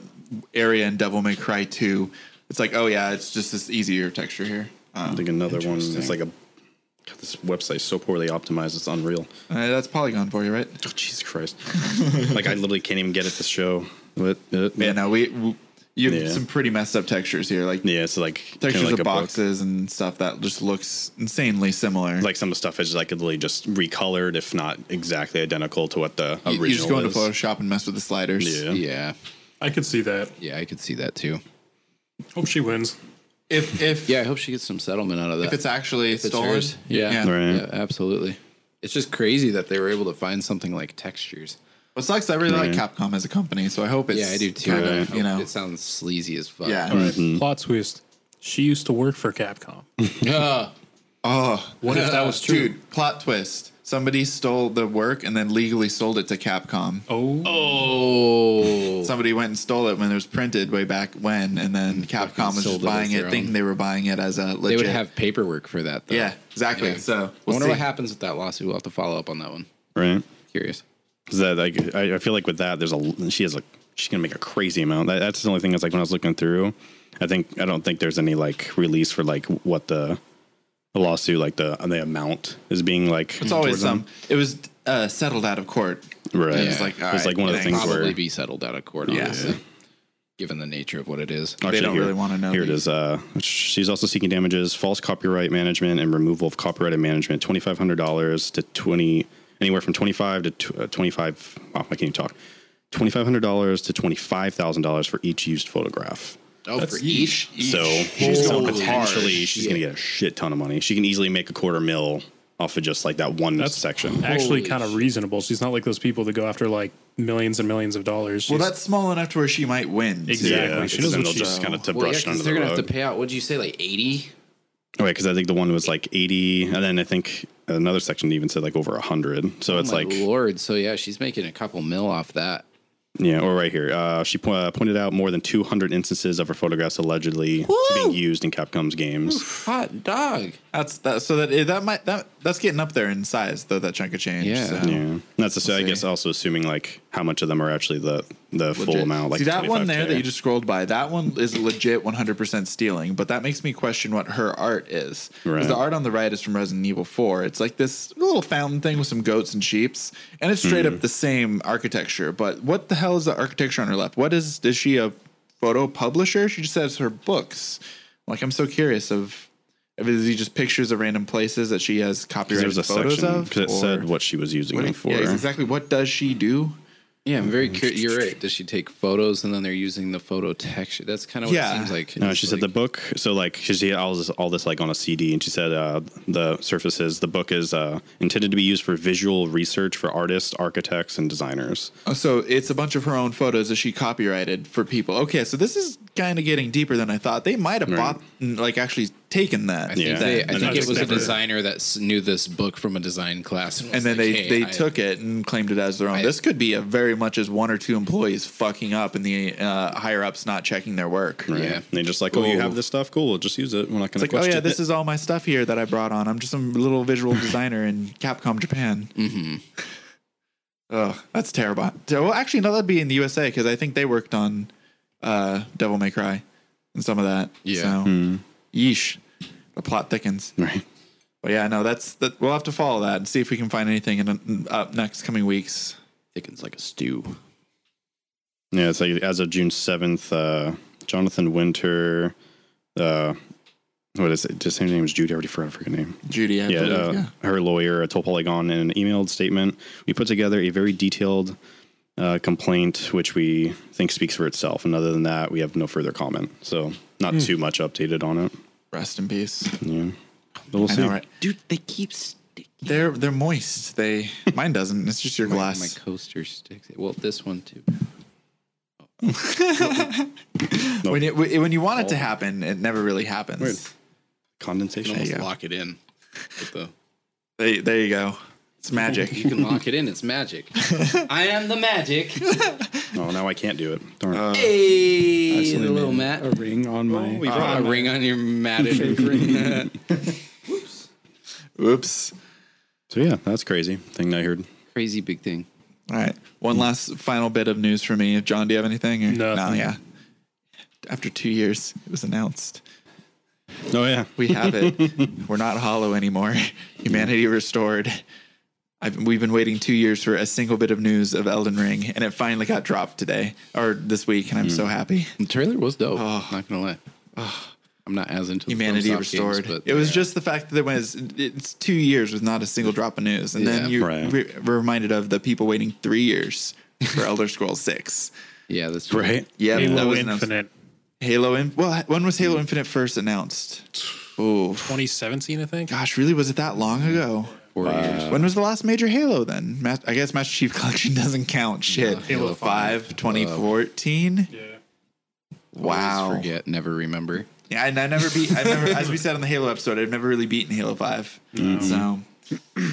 [SPEAKER 1] area in Devil May Cry Two. It's like, oh yeah, it's just this easier texture here.
[SPEAKER 3] I
[SPEAKER 1] Oh.
[SPEAKER 3] think another one is like a God, this website's so poorly optimized, it's unreal.
[SPEAKER 1] Uh, that's Polygon for you, right?
[SPEAKER 3] Oh, Jesus Christ! like I literally can't even get it to show. What? Uh,
[SPEAKER 1] Yeah, no, we, we you have
[SPEAKER 3] Yeah.
[SPEAKER 1] some pretty messed up textures here, like
[SPEAKER 3] Yeah, so like kinda
[SPEAKER 1] textures
[SPEAKER 3] like
[SPEAKER 1] of
[SPEAKER 3] a book.
[SPEAKER 1] boxes and stuff that just looks insanely similar.
[SPEAKER 3] like some of the stuff is like literally just recolored, if not exactly identical to what the
[SPEAKER 1] you,
[SPEAKER 3] original.
[SPEAKER 1] you just go into
[SPEAKER 3] is.
[SPEAKER 1] Photoshop and mess with the sliders.
[SPEAKER 3] Yeah.
[SPEAKER 2] Yeah,
[SPEAKER 4] I could see that.
[SPEAKER 2] yeah, I could see that too.
[SPEAKER 4] Hope she wins.
[SPEAKER 1] If if
[SPEAKER 2] Yeah, I hope she gets some settlement out of that.
[SPEAKER 1] if it's actually
[SPEAKER 2] it's
[SPEAKER 1] stolen,
[SPEAKER 2] hers. Yeah.
[SPEAKER 3] Right.
[SPEAKER 2] yeah, absolutely. It's just crazy that they were able to find something like textures.
[SPEAKER 1] What sucks? I really
[SPEAKER 3] Right.
[SPEAKER 1] like Capcom as a company, so I hope it's
[SPEAKER 2] Yeah, I do too. uh,
[SPEAKER 1] kind
[SPEAKER 2] I
[SPEAKER 1] of,
[SPEAKER 2] hope-
[SPEAKER 1] you know,
[SPEAKER 2] it sounds sleazy as fuck.
[SPEAKER 1] yeah.
[SPEAKER 2] Mm-hmm.
[SPEAKER 4] Plot twist. She used to work for Capcom.
[SPEAKER 2] Ah,
[SPEAKER 1] Oh,
[SPEAKER 4] What if that was true?
[SPEAKER 1] dude! Plot twist: somebody stole the work and then legally sold it to Capcom.
[SPEAKER 4] Oh,
[SPEAKER 2] oh,
[SPEAKER 1] Somebody went and stole it when it was printed way back when, and then Capcom was
[SPEAKER 2] Mm-hmm. sold
[SPEAKER 1] just
[SPEAKER 2] it as
[SPEAKER 1] buying
[SPEAKER 2] their
[SPEAKER 1] it,
[SPEAKER 2] own.
[SPEAKER 1] thinking they were buying it as a legit.
[SPEAKER 2] they would have paperwork for that. Though.
[SPEAKER 1] yeah, exactly.
[SPEAKER 2] Yeah.
[SPEAKER 1] So
[SPEAKER 2] I
[SPEAKER 1] we'll
[SPEAKER 2] wonder
[SPEAKER 1] see.
[SPEAKER 2] what happens with that lawsuit. We'll have to follow up on that one.
[SPEAKER 3] Right.
[SPEAKER 2] Curious.
[SPEAKER 3] Is that like I, I feel like with that there's a she has like she's gonna make a crazy amount. That, that's the only thing that's like when I was looking through, I think I don't think there's any like release for like what the the lawsuit like the the amount is being like.
[SPEAKER 1] It's always some. It was uh, settled out of court.
[SPEAKER 3] right.
[SPEAKER 1] It's
[SPEAKER 2] Yeah.
[SPEAKER 1] like
[SPEAKER 3] It was, like, one of the
[SPEAKER 1] alright,
[SPEAKER 3] things
[SPEAKER 1] thanks.
[SPEAKER 3] where-
[SPEAKER 2] Probably be settled out of court,
[SPEAKER 1] Yeah.
[SPEAKER 2] honestly, given the nature of what it is.
[SPEAKER 1] don't really wanna know
[SPEAKER 3] Here it
[SPEAKER 1] these.
[SPEAKER 3] is. Uh, she's also seeking damages, false copyright management, and removal of copyrighted management. Twenty five hundred dollars to twenty, anywhere from twenty five to tw- uh, twenty five. Wow, I can't even talk. Twenty five hundred dollars to twenty five thousand dollars for each used photograph.
[SPEAKER 2] Oh, for each.
[SPEAKER 3] So
[SPEAKER 1] She's
[SPEAKER 3] so
[SPEAKER 1] going
[SPEAKER 3] potentially
[SPEAKER 2] hard.
[SPEAKER 3] she's gonna get a shit ton of money. She can easily make a quarter mil off of just like that one section.
[SPEAKER 4] actually
[SPEAKER 1] Oh.
[SPEAKER 2] Holy
[SPEAKER 4] kind of reasonable. She's not like those people that go after like millions and millions of dollars.
[SPEAKER 1] Well,
[SPEAKER 4] She's-
[SPEAKER 1] that's small enough to where she might win. too.
[SPEAKER 4] Exactly.
[SPEAKER 3] Yeah,
[SPEAKER 4] She
[SPEAKER 3] and
[SPEAKER 4] knows
[SPEAKER 3] then
[SPEAKER 4] what
[SPEAKER 3] they'll
[SPEAKER 4] she's-
[SPEAKER 3] just kind of to
[SPEAKER 2] Well, yeah,
[SPEAKER 3] brush it
[SPEAKER 2] because
[SPEAKER 3] under the
[SPEAKER 2] they're gonna have to
[SPEAKER 3] rug.
[SPEAKER 2] pay out. What'd you say, like eighty?
[SPEAKER 3] Right, because I think the one was like eighty, and then I think another section even said like over hundred. So it's
[SPEAKER 2] Oh My
[SPEAKER 3] like
[SPEAKER 2] Lord. So yeah, she's making a couple mil off that.
[SPEAKER 3] Yeah, or right here. Uh, she po- uh, pointed out more than 200 instances of her photographs allegedly being used in Capcom's games.
[SPEAKER 2] Hot dog.
[SPEAKER 1] That's that. So that eh, that might that that's getting up there in size though. That chunk of change.
[SPEAKER 2] Yeah.
[SPEAKER 1] so.
[SPEAKER 3] Yeah, And that's to say, I
[SPEAKER 1] see.
[SPEAKER 3] guess also assuming like how much of them are actually the the full
[SPEAKER 2] Legit.
[SPEAKER 3] amount. Like
[SPEAKER 1] See that one there
[SPEAKER 3] 25K.
[SPEAKER 1] that you just scrolled by. That one is legit 100% stealing, but that makes me question what her art is. Because
[SPEAKER 3] Right.
[SPEAKER 1] the art on the right is from Resident Evil 4. It's like this little fountain thing with some goats and sheeps, and it's
[SPEAKER 3] Hmm.
[SPEAKER 1] straight up the same architecture. But what the hell is the architecture on her left? What is is she a photo publisher? She just has her books. Like I'm so curious of if it's just pictures of random places that she has copyrighted
[SPEAKER 3] there's a
[SPEAKER 1] photos
[SPEAKER 3] section
[SPEAKER 1] of.
[SPEAKER 3] because it said
[SPEAKER 1] or-
[SPEAKER 3] what she was using
[SPEAKER 1] what-
[SPEAKER 3] them for.
[SPEAKER 1] yeah, exactly. What does she do?
[SPEAKER 2] Yeah, I'm very curious. You're right. Does she take photos and then they're using the photo texture? That's kind of what
[SPEAKER 1] Yeah.
[SPEAKER 2] it seems like.
[SPEAKER 3] No,
[SPEAKER 2] It's
[SPEAKER 3] Uh, she said the
[SPEAKER 2] like-
[SPEAKER 3] book. So like she had all this, all this like on a CD, and she said uh, the surfaces. The book is uh, intended to be used for visual research for artists, architects, and designers.
[SPEAKER 1] Oh, so it's a bunch of her own photos that she copyrighted for people. Okay, so this is kind of getting deeper than I thought. They might have bought, like, actually taken that.
[SPEAKER 2] I think,
[SPEAKER 3] Yeah.
[SPEAKER 2] they,
[SPEAKER 1] then.
[SPEAKER 2] I think
[SPEAKER 4] that's
[SPEAKER 2] it was a
[SPEAKER 4] clever.
[SPEAKER 2] designer that s- knew this book from a design class. was
[SPEAKER 1] and then
[SPEAKER 2] like,
[SPEAKER 1] they,
[SPEAKER 2] "Hey,
[SPEAKER 1] they
[SPEAKER 2] I-
[SPEAKER 1] took it and claimed it as their own.
[SPEAKER 2] I-
[SPEAKER 1] this could be a very much as one or two employees fucking up and the uh, higher ups not checking their work.
[SPEAKER 3] Right?
[SPEAKER 2] Yeah.
[SPEAKER 3] And they just like, oh, you
[SPEAKER 1] Ooh.
[SPEAKER 3] have this stuff. Cool, just use it. We're not
[SPEAKER 1] It's
[SPEAKER 3] going to
[SPEAKER 1] like, oh
[SPEAKER 3] question
[SPEAKER 1] yeah, this
[SPEAKER 3] it.
[SPEAKER 1] is all my stuff here that I brought on. I'm just some little visual designer in Capcom Japan. Mm-hmm. Oh, that's terrible. Ter- Well, actually, no, that'd be in the USA because I think they worked on uh, Devil May Cry and some of that.
[SPEAKER 2] Yeah.
[SPEAKER 1] So, yeesh, the plot thickens.
[SPEAKER 3] Hmm. Right.
[SPEAKER 1] But yeah, no, that's that. We'll have to follow that and see if we can find anything in in- up next coming weeks.
[SPEAKER 2] Thickens like a stew.
[SPEAKER 3] Yeah, it's like as of June seventh, uh, Jonathan Winter. Uh, what is it? Just same name as Judy. I already forgot her freaking name.
[SPEAKER 1] Judy, I
[SPEAKER 3] yeah,
[SPEAKER 1] believe.
[SPEAKER 3] uh,
[SPEAKER 1] yeah.
[SPEAKER 3] her lawyer told Polygon in an emailed statement, "We put together a very detailed uh, complaint, which we think speaks for itself. And other than that, we have no further comment. So not too much updated on it.
[SPEAKER 1] Rest in peace.
[SPEAKER 3] Yeah, but we'll
[SPEAKER 1] I
[SPEAKER 3] see.
[SPEAKER 1] know, right?
[SPEAKER 2] Dude, they keep sticking.
[SPEAKER 1] They're they're moist. They mine doesn't. It's just your glass.
[SPEAKER 2] My coaster sticks. Well, this one too.
[SPEAKER 1] When you when you want it to happen, it never really happens.
[SPEAKER 3] Weird.
[SPEAKER 2] You
[SPEAKER 3] Condensation.
[SPEAKER 2] can almost
[SPEAKER 1] you go.
[SPEAKER 2] lock it in. With the,
[SPEAKER 1] They, there you go. It's magic.
[SPEAKER 2] you can lock it in. It's magic. I am the magic.
[SPEAKER 3] Oh, now I can't do it. Darn.
[SPEAKER 2] Hey, the little
[SPEAKER 5] A
[SPEAKER 2] mat.
[SPEAKER 5] ring on my.
[SPEAKER 1] Oh,
[SPEAKER 3] we
[SPEAKER 2] A
[SPEAKER 3] brought
[SPEAKER 2] ring on your matted ring.
[SPEAKER 1] Oops.
[SPEAKER 3] so yeah, that's crazy thing I heard.
[SPEAKER 2] Crazy big thing.
[SPEAKER 1] All right. One last final bit of news for me. John, do you have anything? Or?
[SPEAKER 4] Nothing.
[SPEAKER 1] No, yeah. After two years, it was announced.
[SPEAKER 3] Oh yeah,
[SPEAKER 1] We have it. We're not hollow anymore. Humanity restored. I've, we've been waiting two years for a single bit of news of Elden Ring, and it finally got dropped today or this week, and I'm so
[SPEAKER 3] Hmm.
[SPEAKER 1] happy.
[SPEAKER 2] The trailer was dope. not gonna lie. I'm not as into the
[SPEAKER 1] Humanity
[SPEAKER 2] FromSoft
[SPEAKER 1] restored.
[SPEAKER 2] games, but
[SPEAKER 1] it was just the fact that it was it's two years with not a single drop of news, and
[SPEAKER 2] Yeah,
[SPEAKER 1] then you
[SPEAKER 3] right.
[SPEAKER 1] re- were reminded of the people waiting three years for Elder Scrolls Six.
[SPEAKER 2] yeah, that's true.
[SPEAKER 3] right.
[SPEAKER 1] Yeah, that
[SPEAKER 4] Halo
[SPEAKER 1] was announced.
[SPEAKER 4] Infinite.
[SPEAKER 1] Halo in well, when was Halo Infinite first announced? Oh
[SPEAKER 4] 2017, I think.
[SPEAKER 1] gosh, really? Was it that long ago?
[SPEAKER 2] Four years.
[SPEAKER 1] when was the last major Halo then? Ma- I guess Master Chief Collection doesn't count. Shit,
[SPEAKER 4] Halo
[SPEAKER 1] Halo 5, 2014.
[SPEAKER 4] Yeah.
[SPEAKER 1] Wow.
[SPEAKER 2] Always forget, never remember.
[SPEAKER 1] Yeah, and I never beat. I never, as we said on the Halo episode, I've never really beaten Halo Five. So,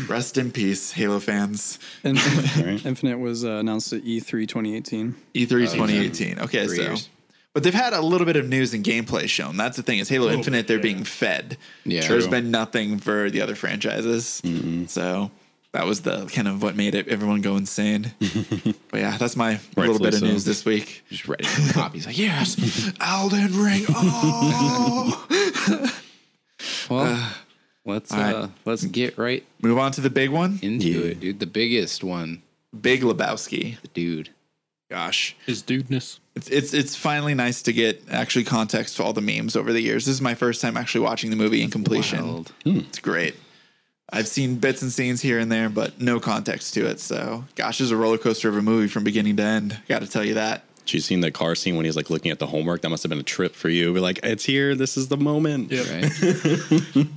[SPEAKER 1] rest in peace, Halo fans.
[SPEAKER 3] Right.
[SPEAKER 5] Infinite, Infinite was uh, announced at E3 2018.
[SPEAKER 1] E3 2018. Okay,
[SPEAKER 2] Oh, Three
[SPEAKER 1] so.
[SPEAKER 2] years.
[SPEAKER 1] But they've had a little bit of news and gameplay shown. That's the thing is Halo Infinite, they're being fed.
[SPEAKER 2] Yeah.
[SPEAKER 1] There's
[SPEAKER 2] True.
[SPEAKER 1] been nothing for the other franchises. So that was the kind of what made it everyone go insane. but yeah, that's my little
[SPEAKER 3] Rightfully
[SPEAKER 1] bit of
[SPEAKER 3] so.
[SPEAKER 1] news this week.
[SPEAKER 2] Just ready to copy. He's like, yes.
[SPEAKER 1] Elden Ring. Oh
[SPEAKER 2] Well, let's
[SPEAKER 1] right.
[SPEAKER 2] uh, let's get right
[SPEAKER 1] move on to the big one.
[SPEAKER 2] into it, dude. The biggest one,
[SPEAKER 1] Big Lebowski.
[SPEAKER 2] the dude.
[SPEAKER 1] Gosh.
[SPEAKER 4] His dudeness.
[SPEAKER 1] It's, it's it's finally nice to get actually context to all the memes over the years. This is my first time actually watching the movie in completion.
[SPEAKER 2] Wild.
[SPEAKER 1] It's great. I've seen bits and scenes here and there, but no context to it. So, gosh, it's a roller coaster of a movie from beginning to end. Got to tell you that.
[SPEAKER 3] She's seen the car scene when he's like looking at the homework. That must have been a trip for you. We're like, it's here. This is the moment.
[SPEAKER 4] Yeah.
[SPEAKER 2] Right?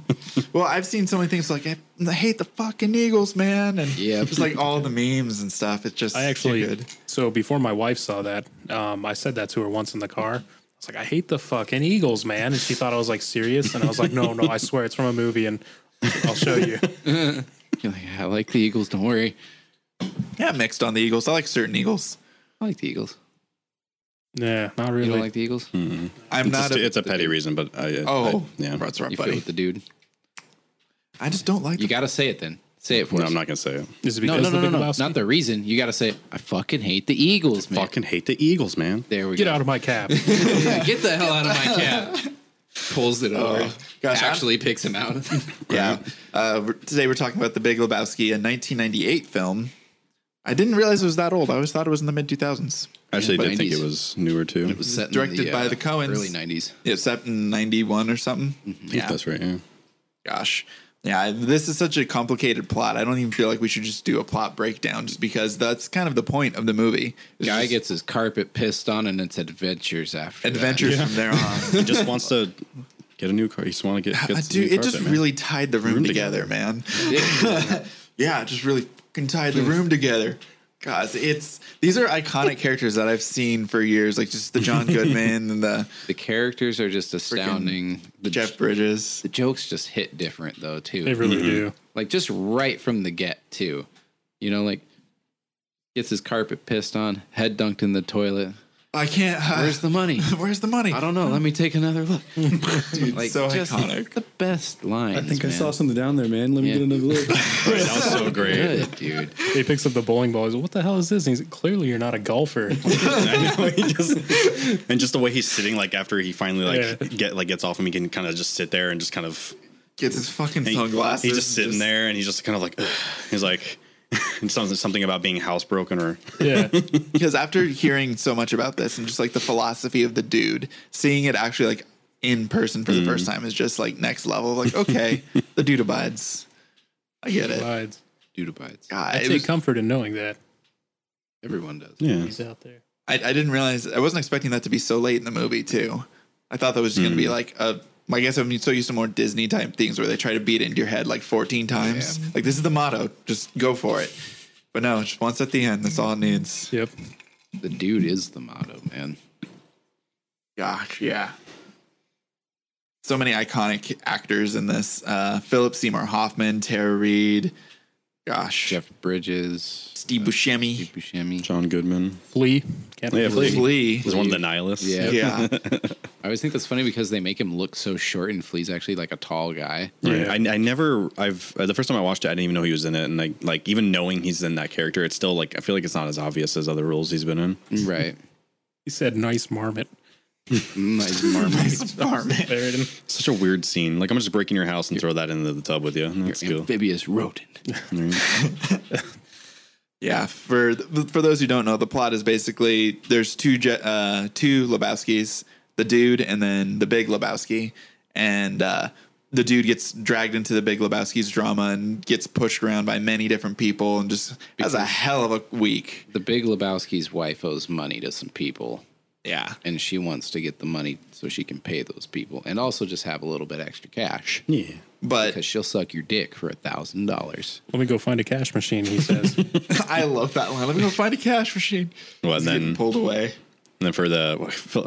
[SPEAKER 1] Well, I've seen so many things like I, I hate the fucking Eagles, man, and
[SPEAKER 2] Yep.
[SPEAKER 1] just like all the memes and stuff. It's just
[SPEAKER 4] I
[SPEAKER 1] too
[SPEAKER 4] actually
[SPEAKER 1] good.
[SPEAKER 4] so before my wife saw that, um, I said that to her once in the car. I was like, I hate the fucking Eagles, man, and she thought I was like serious, and I was like, No, no, I swear it's from a movie, and I'll show you.
[SPEAKER 2] You're like, I like the Eagles. Don't worry.
[SPEAKER 1] yeah mixed on the Eagles. I like certain Eagles.
[SPEAKER 2] I like the Eagles.
[SPEAKER 4] Yeah, not really.
[SPEAKER 2] You don't like the Eagles?
[SPEAKER 1] I'm
[SPEAKER 3] It's,
[SPEAKER 1] not.
[SPEAKER 3] a,
[SPEAKER 1] a-
[SPEAKER 3] it's a petty reason, but I, I-
[SPEAKER 1] Oh.
[SPEAKER 3] I- yeah.
[SPEAKER 1] That's right,
[SPEAKER 2] You feel
[SPEAKER 1] buddy.
[SPEAKER 2] with the dude?
[SPEAKER 1] I just don't like.
[SPEAKER 2] You
[SPEAKER 1] The,
[SPEAKER 2] got to say it then. Say it for
[SPEAKER 3] No,
[SPEAKER 2] us.
[SPEAKER 3] I'm not gonna say it.
[SPEAKER 4] Is it
[SPEAKER 2] no,
[SPEAKER 4] because
[SPEAKER 2] no, no, no,
[SPEAKER 4] the Big
[SPEAKER 2] no.
[SPEAKER 4] Lebowski?
[SPEAKER 2] Not the reason. You got to say I fucking hate the Eagles, man.
[SPEAKER 3] Fucking hate the Eagles, man.
[SPEAKER 2] There we
[SPEAKER 4] Get
[SPEAKER 2] go.
[SPEAKER 4] out of my cab.
[SPEAKER 2] Yeah, get the hell out of my cab. Pulls it over.
[SPEAKER 1] Oh, gosh, I'm-
[SPEAKER 2] actually picks him out.
[SPEAKER 1] yeah. Uh, we're- today we're talking about the Big Lebowski, a 1998 film. I didn't realize it was that old. I always thought it was in the mid 2000s.
[SPEAKER 3] I actually
[SPEAKER 2] Yeah,
[SPEAKER 3] did think
[SPEAKER 2] 90s.
[SPEAKER 3] it was newer too.
[SPEAKER 2] It was set in
[SPEAKER 1] Directed by the uh, Coens.
[SPEAKER 2] Early '90s.
[SPEAKER 1] Except in 91 or something.
[SPEAKER 3] yeah. That's right. Yeah.
[SPEAKER 1] Gosh. Yeah, I- this is such a complicated plot. I don't even feel like we should just do a plot breakdown just because that's kind of the point of the movie. It's
[SPEAKER 2] Guy
[SPEAKER 1] just
[SPEAKER 2] gets his carpet pissed on, and it's adventures after. that.
[SPEAKER 1] adventures from there on.
[SPEAKER 3] He just wants to get a new car. He just want to get. get
[SPEAKER 1] Uh,
[SPEAKER 3] some new
[SPEAKER 1] Dude, it just
[SPEAKER 3] carpet, man.
[SPEAKER 1] really tied the room, together, man. yeah, it just really fucking tied the room together. God, it's these are iconic characters that I've seen for years, like just the John Goodman and the
[SPEAKER 2] The characters are just astounding. The,
[SPEAKER 1] Jeff Bridges.
[SPEAKER 2] the jokes just hit different though too.
[SPEAKER 4] They really do.
[SPEAKER 2] like just right from the get too. You know, like gets his carpet pissed on, head dunked in the toilet.
[SPEAKER 1] I can't. uh,
[SPEAKER 2] Where's the money?
[SPEAKER 1] Where's the money?
[SPEAKER 2] I don't know. Let me take another look.
[SPEAKER 1] Dude,
[SPEAKER 2] Like
[SPEAKER 1] so
[SPEAKER 2] just
[SPEAKER 1] iconic.
[SPEAKER 2] The best line.
[SPEAKER 5] I think I saw something down there, man. Let me
[SPEAKER 2] Yeah.
[SPEAKER 5] get another look.
[SPEAKER 3] that was so great.
[SPEAKER 2] Good, dude.
[SPEAKER 4] He picks up the bowling ball. He's like, what the hell is this? And he's like, clearly you're not a golfer.
[SPEAKER 3] I know, he just- and just the way he's sitting, like after he finally like
[SPEAKER 4] Yeah.
[SPEAKER 3] get like gets off him, he can kind of just sit there and just kind of
[SPEAKER 1] Gets his fucking
[SPEAKER 3] he,
[SPEAKER 1] sunglasses.
[SPEAKER 3] He's just sitting
[SPEAKER 1] there.
[SPEAKER 3] there and he's just kind of like ugh. he's like something something about being housebroken or
[SPEAKER 4] yeah.
[SPEAKER 1] because after hearing so much about this and just like the philosophy of the dude, seeing it actually like in person for the first time is just like next level. Like, okay, the dude abides. I get it.
[SPEAKER 4] Rides.
[SPEAKER 2] Dude abides.
[SPEAKER 1] God,
[SPEAKER 4] I
[SPEAKER 1] it
[SPEAKER 4] take
[SPEAKER 1] was-
[SPEAKER 4] comfort in knowing that.
[SPEAKER 2] Everyone does.
[SPEAKER 3] yeah.
[SPEAKER 4] He's out there.
[SPEAKER 1] I, I didn't realize I wasn't expecting that to be so late in the movie too. I thought that was just gonna be like a. I guess I'm so used to more Disney type things where they try to beat it into your head like 14 times. Like this is the motto, just go for it. But no, just once at the end, that's all it needs.
[SPEAKER 4] Yep.
[SPEAKER 2] The dude is the motto, man.
[SPEAKER 1] Gosh, yeah. So many iconic actors in this. Uh, Philip Seymour Hoffman, Tara Reid, gosh,
[SPEAKER 2] Jeff Bridges,
[SPEAKER 1] Steve Buscemi,
[SPEAKER 2] Steve Buscemi.
[SPEAKER 3] John Goodman.
[SPEAKER 4] Flea. Can't
[SPEAKER 3] Yeah, Flea.
[SPEAKER 1] Flea.
[SPEAKER 3] Was one of the nihilists.
[SPEAKER 2] Yeah.
[SPEAKER 1] Yeah,
[SPEAKER 2] I always think that's funny because they make him look so short, and Flea's actually like a tall guy.
[SPEAKER 3] Right.
[SPEAKER 4] Yeah.
[SPEAKER 3] I, I never. I've uh, the first time I watched it, I didn't even know he was in it, and like, like even knowing he's in that character, it's still like I feel like it's not as obvious as other roles he's been in.
[SPEAKER 2] Right. Mm,
[SPEAKER 4] He said nice marmot.
[SPEAKER 2] Nice marmot.
[SPEAKER 4] Buried him.
[SPEAKER 3] Such a weird scene. Like I'm just breaking your house and throw that into the tub with you. That's cool.
[SPEAKER 2] Amphibious rodent.
[SPEAKER 1] yeah. For th- for those who don't know, the plot is basically there's two Je- uh, two Lebowskis, the dude and then the Big Lebowski, and uh, the dude gets dragged into the Big Lebowski's drama and gets pushed around by many different people and just has a hell of a week.
[SPEAKER 2] The big Lebowski's wife owes money to some people,
[SPEAKER 1] Yeah.
[SPEAKER 2] and she wants to get the money so she can pay those people and also just have a little bit extra cash
[SPEAKER 3] Yeah.
[SPEAKER 1] But
[SPEAKER 2] because she'll suck your dick for a thousand dollars.
[SPEAKER 4] Let me go find a cash machine, he says.
[SPEAKER 1] I love that line. Let me go find a cash machine.
[SPEAKER 3] Well, and
[SPEAKER 1] He's getting
[SPEAKER 3] then
[SPEAKER 1] pulled away.
[SPEAKER 3] and then for the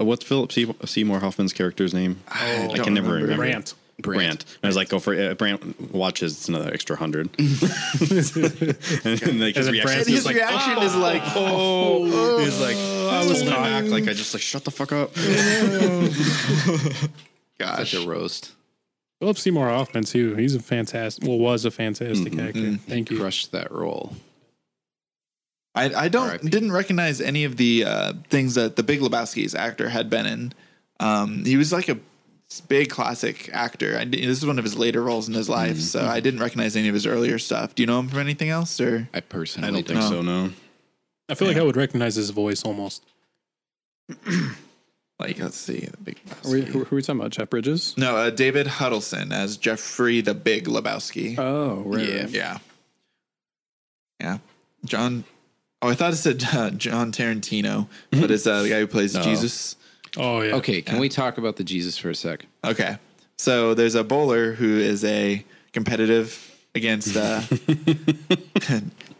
[SPEAKER 3] what's Philip Se- Seymour Hoffman's character's name?
[SPEAKER 1] I,
[SPEAKER 3] I can never remember.
[SPEAKER 4] Rant.
[SPEAKER 3] Brant. I was like, go for it. Uh, Brant watches. It's another extra hundred. and then, like, his
[SPEAKER 4] And then
[SPEAKER 3] reaction
[SPEAKER 4] Brant's
[SPEAKER 3] is
[SPEAKER 1] His
[SPEAKER 4] just like,
[SPEAKER 1] reaction is like,
[SPEAKER 3] oh, he's like, I was
[SPEAKER 4] caught.
[SPEAKER 3] back. Like I just like shut the fuck up.
[SPEAKER 1] gosh,
[SPEAKER 2] Such a roast.
[SPEAKER 4] Philip Seymour Hoffman, too. He's a fantastic, well, was a fantastic actor. Thank you.
[SPEAKER 2] Crush that role.
[SPEAKER 1] I, I don't didn't recognize any of the uh, things that the Big Lebowski's actor had been in. Um, he was like a big classic actor. I, di- this is one of his later roles in his life, so I didn't recognize any of his earlier stuff. Do you know him from anything else? Or
[SPEAKER 2] I personally
[SPEAKER 3] I
[SPEAKER 2] don't
[SPEAKER 3] don't think so. No.
[SPEAKER 4] I feel like I would recognize his voice almost.
[SPEAKER 1] like, let's see, the Big
[SPEAKER 5] Are we,
[SPEAKER 1] Lebowski.
[SPEAKER 5] who, who are we talking about? Jeff Bridges?
[SPEAKER 1] No, uh, David Huddleston as Jeffrey the Big Lebowski.
[SPEAKER 5] Oh, right.
[SPEAKER 2] Yeah.
[SPEAKER 5] right.
[SPEAKER 1] Yeah. Yeah. John. Oh, I thought it said uh, John Tarantino, but it's uh, the guy who plays Jesus.
[SPEAKER 4] Oh, yeah.
[SPEAKER 2] Okay, can we talk about the Jesus for a sec?
[SPEAKER 1] Okay. So there's a bowler who is a competitive against uh, the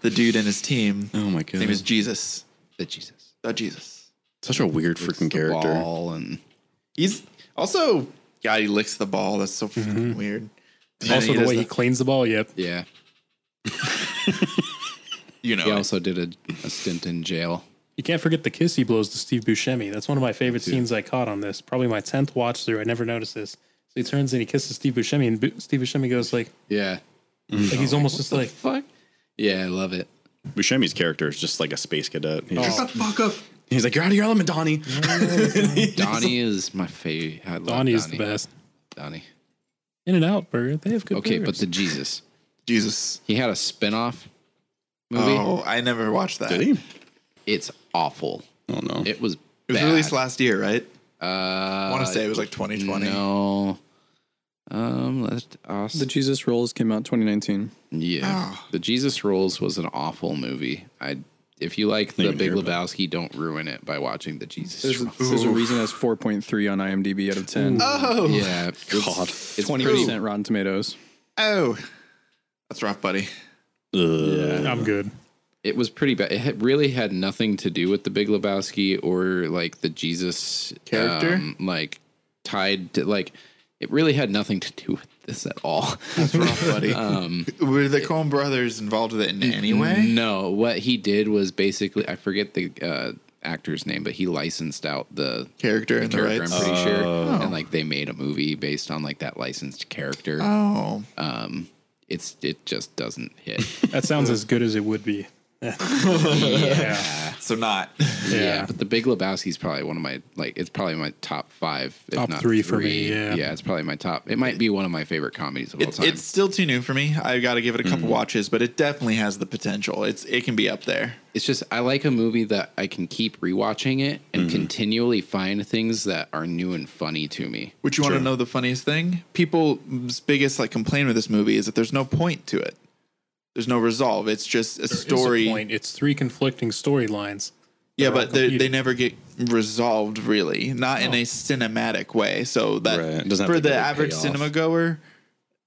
[SPEAKER 1] dude and his team.
[SPEAKER 3] Oh my
[SPEAKER 1] His
[SPEAKER 3] god.
[SPEAKER 1] name is Jesus.
[SPEAKER 2] The Jesus.
[SPEAKER 1] Oh, Jesus.
[SPEAKER 3] Such a weird freaking
[SPEAKER 2] The
[SPEAKER 3] character.
[SPEAKER 2] ball and
[SPEAKER 1] He's also, God, he licks the ball. That's so fucking weird. Mm-hmm. And then
[SPEAKER 4] Also, the
[SPEAKER 1] does
[SPEAKER 4] way he cleans the ball, yep.
[SPEAKER 2] yeah.
[SPEAKER 1] you know,
[SPEAKER 2] He also did a, a stint in jail.
[SPEAKER 4] You can't forget the kiss he blows to Steve Buscemi. That's one of my favorite scenes I caught on this. Probably my tenth watch through. I never noticed this. So he turns and he kisses Steve Buscemi, and Bu- Steve Buscemi goes like,
[SPEAKER 2] Yeah.
[SPEAKER 4] like he's almost just
[SPEAKER 2] The
[SPEAKER 4] like,
[SPEAKER 2] fuck? Yeah, I love it.
[SPEAKER 3] Buscemi's character is just like a space cadet. He's,
[SPEAKER 4] Oh.
[SPEAKER 3] just, he's like, you're out of your element, Donnie.
[SPEAKER 2] Donnie is my favorite. I love
[SPEAKER 4] Donnie's the best.
[SPEAKER 2] Donnie.
[SPEAKER 4] In and out burger. They have good.
[SPEAKER 2] Okay, but
[SPEAKER 4] burgers.
[SPEAKER 2] the Jesus.
[SPEAKER 1] Jesus.
[SPEAKER 2] He had a spin-off movie.
[SPEAKER 1] Oh, I never watched that.
[SPEAKER 3] Did he?
[SPEAKER 2] It's awful.
[SPEAKER 3] Oh no.
[SPEAKER 2] It was
[SPEAKER 1] It was
[SPEAKER 2] bad.
[SPEAKER 1] released last year, right?
[SPEAKER 2] uh,
[SPEAKER 1] I want to say it was like 2020.
[SPEAKER 2] No. Um, let's ask-
[SPEAKER 5] The Jesus Rolls came out 2019.
[SPEAKER 2] yeah. The Jesus Rolls was an awful movie. I if you like The
[SPEAKER 3] Didn't
[SPEAKER 2] Big
[SPEAKER 3] hear about
[SPEAKER 2] Lebowski, don't ruin it by watching The Jesus
[SPEAKER 5] There's,
[SPEAKER 2] Rolls.
[SPEAKER 5] there's a reason that's 4.3 on IMDb out of 10.
[SPEAKER 1] Oh,
[SPEAKER 2] Yeah. It's,
[SPEAKER 3] God.
[SPEAKER 2] It's
[SPEAKER 5] 20%
[SPEAKER 2] pretty
[SPEAKER 5] Rotten Tomatoes.
[SPEAKER 1] oh, that's rough, buddy.
[SPEAKER 3] Ugh.
[SPEAKER 4] I'm good.
[SPEAKER 2] it was pretty bad. It had, really had nothing to do with the Big Lebowski or like the Jesus
[SPEAKER 1] Character?
[SPEAKER 2] um, like tied to like. It really had nothing to do with this at all.
[SPEAKER 1] That's rough, buddy. Um, Were the Coen Brothers involved with it in any way?
[SPEAKER 2] No, what he did was basically I forget the uh, actor's name, but he licensed out the
[SPEAKER 1] Character and the
[SPEAKER 2] character. I'm
[SPEAKER 1] rights. Oh.
[SPEAKER 2] pretty sure, and like they made a movie based on like that licensed character.
[SPEAKER 1] Oh,
[SPEAKER 2] Um, it's it just doesn't hit.
[SPEAKER 4] That sounds as good as it would be. yeah.
[SPEAKER 1] so not.
[SPEAKER 2] Yeah.
[SPEAKER 4] Yeah.
[SPEAKER 2] but the Big Lebowski's probably one of my like it's probably my top five, if
[SPEAKER 4] Top
[SPEAKER 2] not
[SPEAKER 4] three for me, yeah.
[SPEAKER 2] it's probably my top. It might be one of my favorite comedies of all
[SPEAKER 1] It,
[SPEAKER 2] time.
[SPEAKER 1] it's
[SPEAKER 2] It's,
[SPEAKER 1] still too new for me. I've got to give it a couple watches, but it definitely has the potential. It's it can be up there.
[SPEAKER 2] just I like a movie that I can keep rewatching it
[SPEAKER 1] Mm-hmm.
[SPEAKER 2] and continually find things that are new and funny to me.
[SPEAKER 1] Which you want to know the funniest thing? People's biggest like complaint with this movie is that there's no point to it. There's no resolve. It's just a story.
[SPEAKER 4] It's, point. it's three conflicting storylines.
[SPEAKER 1] yeah,
[SPEAKER 4] They're all
[SPEAKER 1] but they they
[SPEAKER 4] competing. Oh.
[SPEAKER 1] never get resolved really, not in a cinematic way. So that
[SPEAKER 3] Right. It doesn't have
[SPEAKER 1] for
[SPEAKER 3] like a
[SPEAKER 1] the
[SPEAKER 3] big
[SPEAKER 1] average
[SPEAKER 3] payoff.
[SPEAKER 1] cinema goer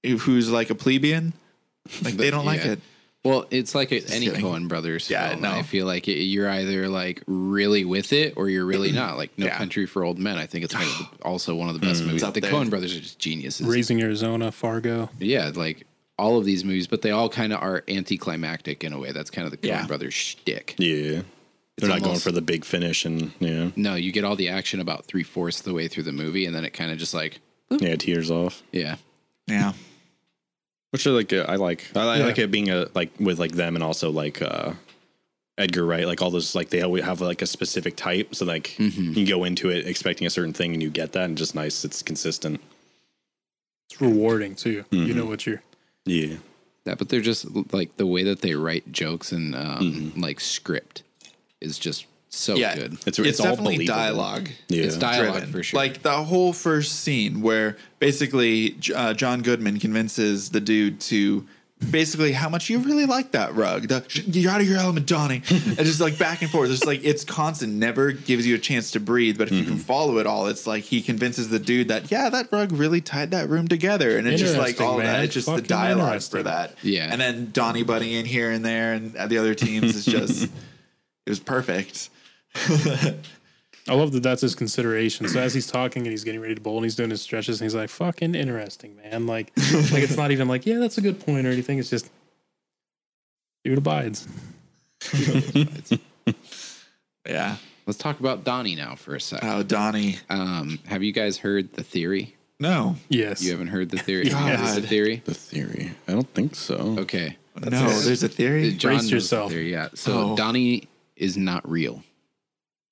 [SPEAKER 1] who's like a plebeian, like they don't like
[SPEAKER 2] Yeah.
[SPEAKER 1] it.
[SPEAKER 2] Well, it's like a, any
[SPEAKER 1] kidding.
[SPEAKER 2] Cohen Brothers
[SPEAKER 1] Yeah,
[SPEAKER 2] film.
[SPEAKER 1] no.
[SPEAKER 2] I feel like it, you're either like really with it or you're really not. Like No
[SPEAKER 1] Yeah. Mm.
[SPEAKER 2] Country for Old Men, I think it's one of the- also one of the best movies.
[SPEAKER 1] up
[SPEAKER 2] The
[SPEAKER 1] there.
[SPEAKER 2] Cohen Brothers are just geniuses.
[SPEAKER 4] Raising Arizona, Fargo.
[SPEAKER 2] yeah, like all of these movies, but they all kind of are anticlimactic in a way. That's kind of the Coen
[SPEAKER 1] Yeah.
[SPEAKER 2] Brothers shtick.
[SPEAKER 3] Yeah. They're not going
[SPEAKER 2] almost-
[SPEAKER 3] for the big finish and yeah.
[SPEAKER 2] No, you get all the action about three fourths of the way through the movie, and then it kind of just like,
[SPEAKER 3] Yeah, tears off.
[SPEAKER 2] yeah,
[SPEAKER 1] Yeah.
[SPEAKER 3] Which are like uh, I like. I like, I
[SPEAKER 4] Yeah.
[SPEAKER 3] like it being a like with like them and also like uh Edgar Wright, like all those like they always have like a specific type. So like you go into it expecting a certain thing and you get that and just nice, it's consistent.
[SPEAKER 4] It's rewarding too. You
[SPEAKER 2] Mm-hmm.
[SPEAKER 4] know what you're.
[SPEAKER 3] Yeah.
[SPEAKER 2] that. But they're just like the way that they write jokes and um, like script is just so
[SPEAKER 1] Mm-hmm. yeah.
[SPEAKER 2] good.
[SPEAKER 1] It's,
[SPEAKER 3] It's- it's all
[SPEAKER 1] definitely
[SPEAKER 3] believable.
[SPEAKER 1] dialogue.
[SPEAKER 3] Yeah.
[SPEAKER 2] It's dialogue
[SPEAKER 1] driven.
[SPEAKER 2] for sure.
[SPEAKER 1] Like the whole first scene where basically J- uh, John Goodman convinces the dude to basically how much you really like that rug. The, "Sh- you're out of your element, Donnie. and just like back and forth. It's like it's constant, never gives you a chance to breathe. But if you can follow it all, it's like he convinces the dude that yeah, that rug really tied that room together. And it's just like
[SPEAKER 4] Interesting,
[SPEAKER 1] all
[SPEAKER 4] man.
[SPEAKER 1] that. It's just the
[SPEAKER 4] Fucking
[SPEAKER 1] dialogue
[SPEAKER 4] interesting.
[SPEAKER 1] for that.
[SPEAKER 2] Yeah.
[SPEAKER 1] And then Donnie butting in here and there and at the other teams is just it was perfect.
[SPEAKER 4] I love that that's his consideration. So as he's talking and he's getting ready to bowl and he's doing his stretches and he's like, "Fucking interesting, man." Like, like it's not even like, "Yeah, that's a good point" or anything. It's just dude abides.
[SPEAKER 1] Yeah.
[SPEAKER 2] Let's talk about Donnie now for a sec.
[SPEAKER 1] Oh, Donnie.
[SPEAKER 2] Um, have you guys heard the theory?
[SPEAKER 1] No.
[SPEAKER 4] Yes.
[SPEAKER 2] You haven't heard the theory.
[SPEAKER 1] God.
[SPEAKER 2] Have you heard the theory.
[SPEAKER 3] The theory. I don't think so.
[SPEAKER 2] Okay.
[SPEAKER 1] no,
[SPEAKER 4] it.
[SPEAKER 1] there's a theory.
[SPEAKER 2] John knows the
[SPEAKER 4] yourself.
[SPEAKER 2] theory, yeah. So
[SPEAKER 1] Oh.
[SPEAKER 2] Donnie is not real.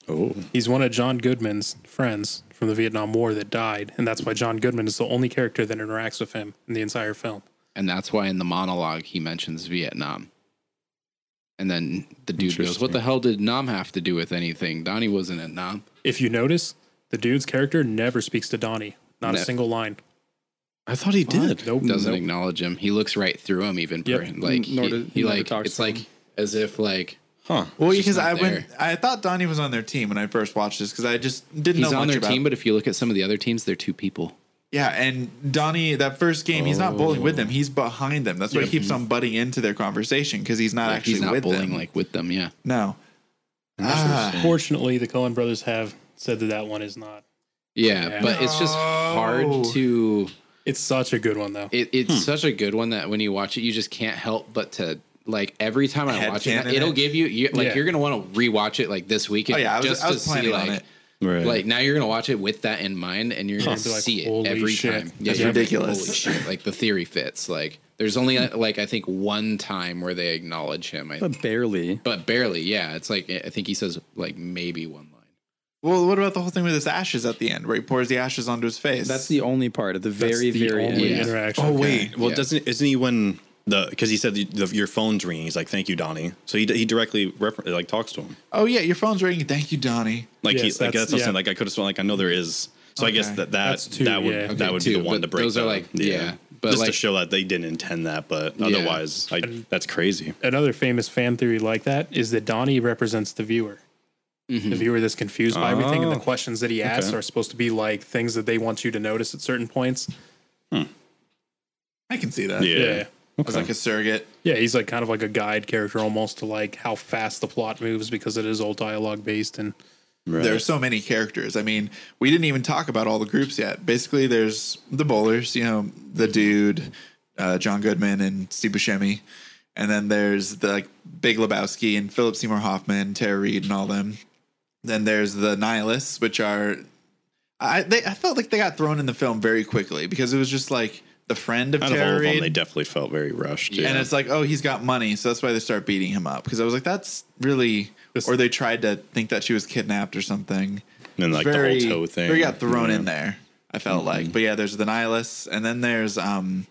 [SPEAKER 3] Oh.
[SPEAKER 4] He's one of John Goodman's friends from the Vietnam War that died, and that's why John Goodman is the only character that interacts with him in the entire film.
[SPEAKER 2] And that's why in the monologue he mentions Vietnam. And then the dude goes, What the hell did Nam have to do with anything? Donnie wasn't at Nam.
[SPEAKER 4] If you notice, the dude's character never speaks to Donnie. Not
[SPEAKER 2] No.
[SPEAKER 4] a single line.
[SPEAKER 3] I thought he did.
[SPEAKER 4] Nope.
[SPEAKER 2] Doesn't
[SPEAKER 4] nope.
[SPEAKER 2] acknowledge him. He looks right through him even
[SPEAKER 4] Yep.
[SPEAKER 2] per- like
[SPEAKER 5] Nor
[SPEAKER 2] he,
[SPEAKER 5] did-
[SPEAKER 2] he
[SPEAKER 5] he never
[SPEAKER 2] like
[SPEAKER 5] talks
[SPEAKER 2] it's
[SPEAKER 5] to
[SPEAKER 2] like
[SPEAKER 5] him.
[SPEAKER 2] as if like
[SPEAKER 3] Huh.
[SPEAKER 1] Well,
[SPEAKER 2] She's
[SPEAKER 1] because
[SPEAKER 2] not
[SPEAKER 1] I went,
[SPEAKER 2] there.
[SPEAKER 1] I thought Donnie was on their team when I first watched this because I just didn't
[SPEAKER 2] he's
[SPEAKER 1] know
[SPEAKER 2] on
[SPEAKER 1] much
[SPEAKER 2] their
[SPEAKER 1] about.
[SPEAKER 2] team, but if you look at some of the other teams, they're two people.
[SPEAKER 1] yeah, and Donnie, that first game, he's not bowling with
[SPEAKER 2] Oh.
[SPEAKER 1] them; he's behind them. That's why he keeps on butting into their conversation because he's not
[SPEAKER 2] Like,
[SPEAKER 1] actually
[SPEAKER 2] he's not
[SPEAKER 1] with
[SPEAKER 2] bowling
[SPEAKER 1] them.
[SPEAKER 2] like with them, yeah.
[SPEAKER 1] no, ah,
[SPEAKER 4] Fortunately, the Coen brothers have said that that one is not.
[SPEAKER 2] Yeah, but it's just hard
[SPEAKER 1] No.
[SPEAKER 2] to
[SPEAKER 4] It's such a good one, though.
[SPEAKER 2] it, it's such a good one that when you watch it, you just can't help but to Like every time I
[SPEAKER 1] Head
[SPEAKER 2] watch it,
[SPEAKER 1] canon
[SPEAKER 2] it'll
[SPEAKER 1] it.
[SPEAKER 2] give you, you like
[SPEAKER 4] Yeah.
[SPEAKER 2] you're gonna want to rewatch it like this weekend
[SPEAKER 1] Oh, yeah, I was-
[SPEAKER 2] just
[SPEAKER 1] I was
[SPEAKER 2] to see
[SPEAKER 1] planning on
[SPEAKER 2] like
[SPEAKER 1] it.
[SPEAKER 3] Right.
[SPEAKER 2] like now you're gonna watch it with that in mind and you're gonna
[SPEAKER 4] Be like,
[SPEAKER 2] see it
[SPEAKER 4] "Holy
[SPEAKER 2] every
[SPEAKER 4] shit,
[SPEAKER 2] time.
[SPEAKER 1] that's
[SPEAKER 2] you're gonna be like,
[SPEAKER 1] ridiculous.
[SPEAKER 2] Holy shit! Like the theory fits. Like there's only uh, like I think one time where they acknowledge him, I,
[SPEAKER 5] But barely.
[SPEAKER 2] but barely. Yeah, it's like I think he says like maybe one line.
[SPEAKER 1] Well, what about the whole thing with his ashes at the end, where he pours the ashes onto his face?
[SPEAKER 5] That's the only part at the
[SPEAKER 4] That's
[SPEAKER 5] very,
[SPEAKER 4] the
[SPEAKER 5] very
[SPEAKER 4] only
[SPEAKER 5] end.
[SPEAKER 2] Yeah.
[SPEAKER 4] interaction.
[SPEAKER 3] Oh wait, well
[SPEAKER 2] Yeah.
[SPEAKER 3] doesn't isn't he when the because he said the, the, your phone's ringing? He's like, thank you, Donnie. So he, he directly refer- like talks to him.
[SPEAKER 1] oh yeah, your phone's ringing. Thank you, Donnie.
[SPEAKER 3] Like
[SPEAKER 4] Yes,
[SPEAKER 3] he like
[SPEAKER 4] that's-
[SPEAKER 3] that's what I'm saying.
[SPEAKER 4] yeah.
[SPEAKER 3] Like I could have sworn like I know there is. So I guess
[SPEAKER 1] Okay.
[SPEAKER 3] that that
[SPEAKER 4] That's two,
[SPEAKER 3] that would
[SPEAKER 4] yeah.
[SPEAKER 3] that
[SPEAKER 2] Okay,
[SPEAKER 3] would
[SPEAKER 2] two,
[SPEAKER 3] be the one
[SPEAKER 2] but
[SPEAKER 3] to break.
[SPEAKER 2] those are,
[SPEAKER 3] the-
[SPEAKER 2] like, yeah, but,
[SPEAKER 3] just to
[SPEAKER 2] like-
[SPEAKER 3] show that they didn't intend that, but otherwise, I, that's crazy.
[SPEAKER 4] Another famous fan theory like that is that Donnie represents the viewer. The viewer that's confused by everything, and the
[SPEAKER 3] Oh.
[SPEAKER 4] questions that he asks are supposed to be like things that they want you to notice at certain points.
[SPEAKER 1] I can see that.
[SPEAKER 3] Yeah,
[SPEAKER 4] Yeah.
[SPEAKER 1] It's like a surrogate.
[SPEAKER 4] Yeah, he's like kind of like a guide character almost to like how fast the plot moves because it is all dialogue based and
[SPEAKER 3] Right.
[SPEAKER 1] There are so many characters. I mean, we didn't even talk about all the groups yet. Basically, there's the bowlers, you know, the dude, uh, John Goodman and Steve Buscemi, and then there's the like, Big Lebowski and Philip Seymour Hoffman, Tara Reid, and all them. Then there's the nihilists, which are I they I felt like they got thrown in the film very quickly because it was just like the friend of
[SPEAKER 3] out of all
[SPEAKER 1] Tara
[SPEAKER 3] of them, they
[SPEAKER 1] Reid.
[SPEAKER 3] definitely felt very rushed. Yeah,
[SPEAKER 1] And it's like, oh, he's got money, so that's why they start beating him up. Because I was like, that's really,
[SPEAKER 4] This-
[SPEAKER 1] or they tried to think that she was kidnapped or something.
[SPEAKER 3] And, like, the whole toe thing.
[SPEAKER 1] They got thrown
[SPEAKER 3] Yeah. Mm-hmm.
[SPEAKER 1] in there. I felt like, but yeah, there's the nihilists, and then there's um,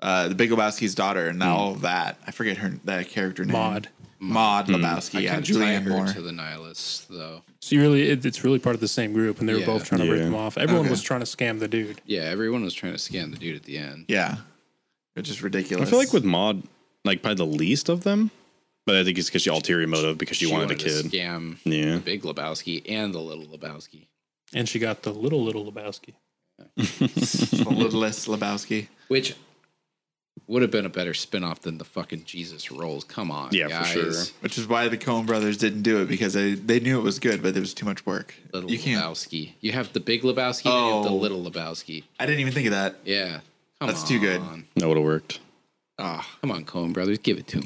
[SPEAKER 1] uh, the Big Lebowski's daughter, and
[SPEAKER 3] Mm.
[SPEAKER 1] all that. I forget her that character name.
[SPEAKER 4] Maud.
[SPEAKER 1] Maud
[SPEAKER 3] Mm.
[SPEAKER 1] Lebowski.
[SPEAKER 2] I
[SPEAKER 1] Yeah,
[SPEAKER 2] couldn't tie
[SPEAKER 1] Julianne
[SPEAKER 2] her
[SPEAKER 1] Moore.
[SPEAKER 2] to the nihilists though.
[SPEAKER 4] so you really it, it's really part of the same group and they were
[SPEAKER 2] Yeah.
[SPEAKER 4] both trying to rip
[SPEAKER 3] Yeah.
[SPEAKER 4] him off. Everyone
[SPEAKER 1] Okay.
[SPEAKER 4] was trying to scam the dude.
[SPEAKER 2] Yeah, everyone was trying to scan the dude at the end.
[SPEAKER 1] yeah, it's just ridiculous.
[SPEAKER 3] I feel like with Maud, like probably the least of them, but I think it's because she ulterior motive because she,
[SPEAKER 2] She
[SPEAKER 3] wanted, a kid.
[SPEAKER 2] to scam
[SPEAKER 3] Yeah.
[SPEAKER 2] the big Lebowski and the little Lebowski.
[SPEAKER 4] And she got the little little Lebowski.
[SPEAKER 1] the littlest Lebowski.
[SPEAKER 2] Which would have been a better spinoff than the fucking Jesus rolls. Come on,
[SPEAKER 3] Yeah,
[SPEAKER 2] guys.
[SPEAKER 3] for sure.
[SPEAKER 1] Which is why the Coen brothers didn't do it because they, they knew it was good, but it was too much work.
[SPEAKER 2] Little
[SPEAKER 1] you can't.
[SPEAKER 2] Lebowski. You have the big Lebowski and you have the
[SPEAKER 1] Oh.
[SPEAKER 2] little Lebowski.
[SPEAKER 1] I didn't even think of that.
[SPEAKER 2] Yeah, come
[SPEAKER 1] That's ah. too good.
[SPEAKER 2] on.
[SPEAKER 3] That would have worked.
[SPEAKER 2] Come on, Coen Brothers, give it to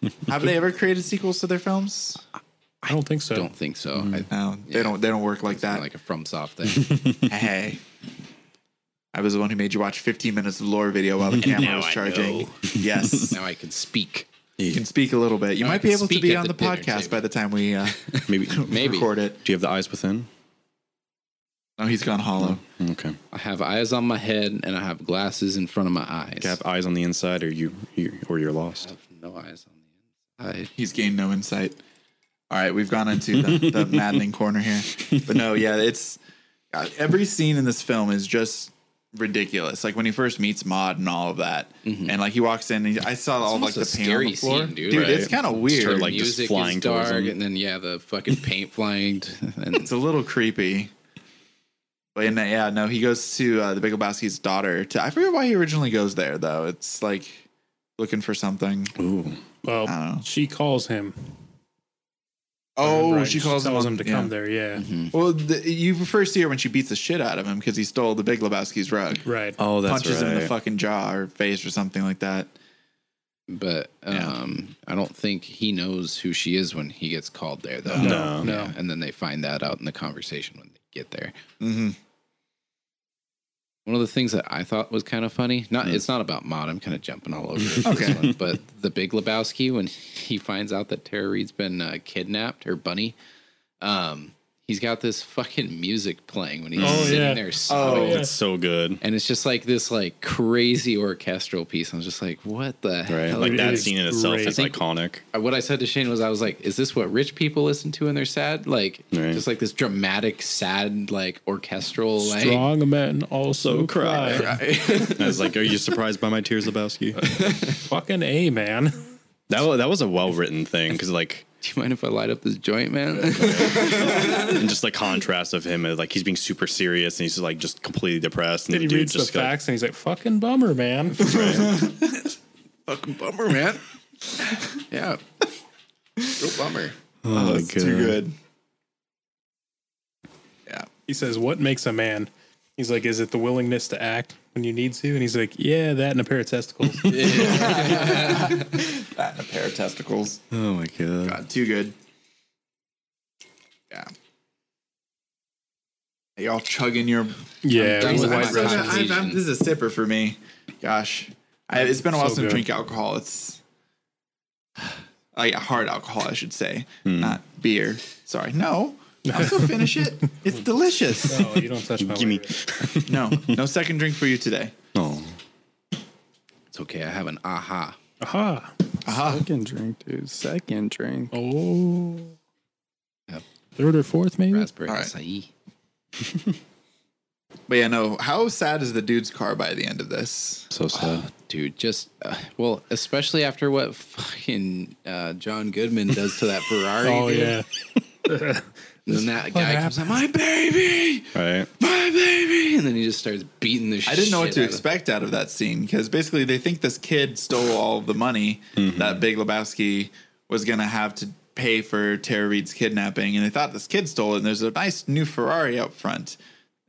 [SPEAKER 2] me.
[SPEAKER 1] Have they ever created sequels to their films?
[SPEAKER 4] I don't think so.
[SPEAKER 2] don't think so.
[SPEAKER 3] Mm-hmm.
[SPEAKER 2] I, it's
[SPEAKER 1] No, they don't. They don't work like
[SPEAKER 2] kinda
[SPEAKER 1] that.
[SPEAKER 2] like a FromSoft thing.
[SPEAKER 1] hey, I was the one who made you watch 15 minutes of lore video while the camera
[SPEAKER 2] now
[SPEAKER 1] was
[SPEAKER 2] I
[SPEAKER 1] charging.
[SPEAKER 2] know.
[SPEAKER 1] Yes,
[SPEAKER 2] now I can speak.
[SPEAKER 1] you can speak a little bit. You might
[SPEAKER 2] can
[SPEAKER 1] be able to
[SPEAKER 2] speak
[SPEAKER 1] be
[SPEAKER 2] at
[SPEAKER 1] on
[SPEAKER 2] the
[SPEAKER 1] the,
[SPEAKER 2] dinner
[SPEAKER 1] podcast
[SPEAKER 2] table.
[SPEAKER 1] by the time we uh,
[SPEAKER 3] Maybe. Do
[SPEAKER 2] Maybe
[SPEAKER 1] record it.
[SPEAKER 3] you have the eyes within?
[SPEAKER 1] No, he's gone hollow.
[SPEAKER 3] Okay.
[SPEAKER 2] I have eyes on my head and I have glasses in front of my eyes.
[SPEAKER 3] You have eyes on the inside, or you, you or you're
[SPEAKER 2] I
[SPEAKER 3] lost.
[SPEAKER 2] have no eyes on the inside.
[SPEAKER 1] He's gained no insight. All right, we've gone into the, the maddening corner here, but no, yeah, it's God, every scene in this film is just ridiculous. Like when he first meets Maud and all of that, and like he walks in, and he, I saw all like
[SPEAKER 2] Mm-hmm. almost
[SPEAKER 1] the
[SPEAKER 2] a
[SPEAKER 1] paint on
[SPEAKER 2] scary
[SPEAKER 1] the floor.
[SPEAKER 2] scene, dude.
[SPEAKER 1] dude,
[SPEAKER 2] Right.
[SPEAKER 1] it's kind of weird.
[SPEAKER 3] her, like, just
[SPEAKER 2] music
[SPEAKER 3] flying
[SPEAKER 2] is
[SPEAKER 3] towards
[SPEAKER 2] dark,
[SPEAKER 3] him.
[SPEAKER 2] and then yeah, the fucking paint flying, t- and
[SPEAKER 1] it's a little creepy. But in that, yeah, no, he goes to uh, the Big Lebowski's daughter. To I forget why he originally goes there though. It's like looking for something.
[SPEAKER 3] Ooh.
[SPEAKER 1] I don't
[SPEAKER 4] Well,
[SPEAKER 1] know.
[SPEAKER 4] she calls him.
[SPEAKER 1] Oh,
[SPEAKER 4] Right,
[SPEAKER 1] she calls
[SPEAKER 4] tells
[SPEAKER 1] him,
[SPEAKER 4] to
[SPEAKER 1] yeah.
[SPEAKER 4] come there. Yeah,
[SPEAKER 2] mm-hmm.
[SPEAKER 1] Well, the, you first see her when she beats the shit out of him because he stole the Big Lebowski's rug.
[SPEAKER 4] right.
[SPEAKER 3] Oh, that's
[SPEAKER 1] punches
[SPEAKER 3] right.
[SPEAKER 1] him in the fucking jaw or face or something like that.
[SPEAKER 2] but
[SPEAKER 1] Yeah.
[SPEAKER 2] um, I don't think he knows who she is when he gets called there though.
[SPEAKER 3] No.
[SPEAKER 4] No.
[SPEAKER 2] Yeah, and then they find that out in the conversation when they get there.
[SPEAKER 1] Mm-hmm.
[SPEAKER 2] One of the things that I thought was kind of funny, not it's not about Mod, I'm kind of jumping all over this
[SPEAKER 1] Okay.
[SPEAKER 2] one, but the big Lebowski, when he finds out that Tara Reid's been uh, kidnapped, or Bunny, um, he's got this fucking music playing when he's
[SPEAKER 4] Oh,
[SPEAKER 2] sitting
[SPEAKER 4] yeah.
[SPEAKER 2] there sobbing.
[SPEAKER 4] yeah.
[SPEAKER 3] That's so good.
[SPEAKER 2] And it's just like this like crazy orchestral piece. I'm just like, what the
[SPEAKER 3] Right.
[SPEAKER 2] hell?
[SPEAKER 3] Like
[SPEAKER 4] It
[SPEAKER 3] that
[SPEAKER 4] is
[SPEAKER 3] scene in itself
[SPEAKER 4] great.
[SPEAKER 3] is
[SPEAKER 2] I think-
[SPEAKER 3] iconic.
[SPEAKER 2] what I said to Shane was, I was like, is this what rich people listen to when they're sad? Like,
[SPEAKER 3] Right.
[SPEAKER 2] just like this dramatic, sad, like orchestral, like
[SPEAKER 4] Strong men also cry.
[SPEAKER 3] I was like, "Are you surprised by my tears, Lebowski?"
[SPEAKER 4] Fucking a man.
[SPEAKER 3] That was, that was a well written thing because like
[SPEAKER 2] Do you mind if I light up this joint, man?
[SPEAKER 3] and just the contrast of him like he's being super serious and he's like just completely depressed and
[SPEAKER 4] Then he
[SPEAKER 3] the dude
[SPEAKER 4] reads the
[SPEAKER 3] just got-
[SPEAKER 4] facts and he's like, "Fucking bummer, man."
[SPEAKER 2] Fucking bummer, man. yeah. Real bummer.
[SPEAKER 3] oh,
[SPEAKER 1] That's too good. Yeah.
[SPEAKER 4] He says, "What makes a man?" He's like, "Is it the willingness to act? when you need to? And he's like, yeah, that and a pair of testicles.
[SPEAKER 1] That and a pair of testicles.
[SPEAKER 3] Oh my god.
[SPEAKER 1] God, too good. Yeah. Are y'all chugging your
[SPEAKER 4] yeah,
[SPEAKER 2] done
[SPEAKER 4] it was
[SPEAKER 2] with
[SPEAKER 4] a
[SPEAKER 2] my time.
[SPEAKER 4] white rose.
[SPEAKER 1] I'm- I'm- I'm- this is a sipper for me. Gosh, I, it's been a while
[SPEAKER 4] So
[SPEAKER 1] since I
[SPEAKER 4] good.
[SPEAKER 1] drink alcohol. It's like hard alcohol, I should say,
[SPEAKER 4] Hmm.
[SPEAKER 1] not beer. Sorry, no. I'll still finish it. It's delicious.
[SPEAKER 4] No, "Oh, you don't touch my
[SPEAKER 3] Gimme.
[SPEAKER 4] white rose.
[SPEAKER 1] No, no second drink for you today.
[SPEAKER 3] Oh.
[SPEAKER 2] It's okay. I have an aha.
[SPEAKER 4] Aha.
[SPEAKER 5] Second drink, dude. Second drink.
[SPEAKER 4] Oh.
[SPEAKER 2] Yep.
[SPEAKER 4] Third or fourth, maybe?
[SPEAKER 2] Raspberry
[SPEAKER 1] All right.
[SPEAKER 2] acai.
[SPEAKER 1] But yeah, no. How sad is the dude's car by the end of this?
[SPEAKER 3] So sad.
[SPEAKER 2] Dude, just uh, well, especially after what fucking uh, John Goodman does to that Ferrari.
[SPEAKER 4] Oh,
[SPEAKER 2] dude.
[SPEAKER 4] yeah.
[SPEAKER 2] And then that guy
[SPEAKER 4] happened.
[SPEAKER 2] comes out, my baby,
[SPEAKER 3] Right.
[SPEAKER 2] my baby, and then he just starts beating the.
[SPEAKER 1] I didn't know what to expect out of that scene because basically they think this kid stole all the money that Big Lebowski was going to have to pay for Tara Reed's kidnapping, and they thought this kid stole it. And there's a nice new Ferrari up front,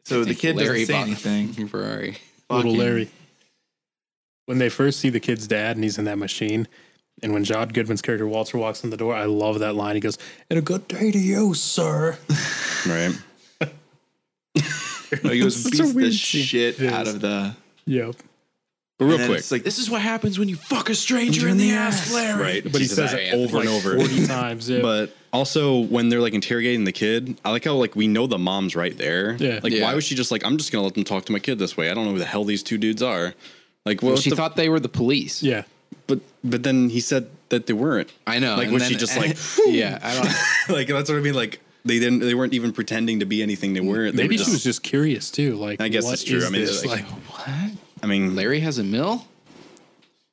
[SPEAKER 1] so the kid doesn't say anything.
[SPEAKER 2] Ferrari.
[SPEAKER 4] Little
[SPEAKER 1] Fucking-
[SPEAKER 4] Larry. When they first see the kid's dad and he's in that machine, and when John Goodman's character Walter walks in the door, I love that line. He goes, "And a good day to you, sir."
[SPEAKER 3] Right.
[SPEAKER 1] Like, it was
[SPEAKER 5] Such a
[SPEAKER 1] beats the
[SPEAKER 5] weird scene.
[SPEAKER 1] shit
[SPEAKER 4] It
[SPEAKER 1] out
[SPEAKER 4] is.
[SPEAKER 1] of the.
[SPEAKER 4] yep.
[SPEAKER 3] But
[SPEAKER 1] and
[SPEAKER 3] real
[SPEAKER 1] then
[SPEAKER 3] quick.
[SPEAKER 1] it's like
[SPEAKER 2] This is what happens when you fuck a stranger in the ass, Larry.
[SPEAKER 3] right.
[SPEAKER 4] But he
[SPEAKER 3] Jesus,
[SPEAKER 4] says
[SPEAKER 3] I
[SPEAKER 4] it
[SPEAKER 2] am
[SPEAKER 3] over and
[SPEAKER 4] like
[SPEAKER 3] over.
[SPEAKER 4] forty times. Yeah.
[SPEAKER 3] But also when they're like interrogating the kid, I like how like we know the mom's right there.
[SPEAKER 4] Yeah.
[SPEAKER 3] Like
[SPEAKER 2] Yeah.
[SPEAKER 3] why was she just like I'm just gonna let them talk to my kid this way? I don't know who the hell these two dudes are. Like what
[SPEAKER 2] Well, she
[SPEAKER 3] the,
[SPEAKER 2] thought they were the police.
[SPEAKER 4] yeah.
[SPEAKER 3] but but then he said that they weren't.
[SPEAKER 2] I know.
[SPEAKER 3] Like
[SPEAKER 2] and
[SPEAKER 3] was
[SPEAKER 2] then-
[SPEAKER 3] she just like
[SPEAKER 2] yeah, I don't.
[SPEAKER 3] like that's what I mean. Like they didn't they weren't even pretending to be anything they weren't. They
[SPEAKER 4] Maybe
[SPEAKER 3] were
[SPEAKER 4] she was just curious too. Like,
[SPEAKER 3] I guess
[SPEAKER 4] what
[SPEAKER 3] that's true.
[SPEAKER 4] is
[SPEAKER 3] I mean,
[SPEAKER 4] this?
[SPEAKER 3] like-
[SPEAKER 4] like,
[SPEAKER 2] What?
[SPEAKER 3] I mean
[SPEAKER 2] Larry has a mill?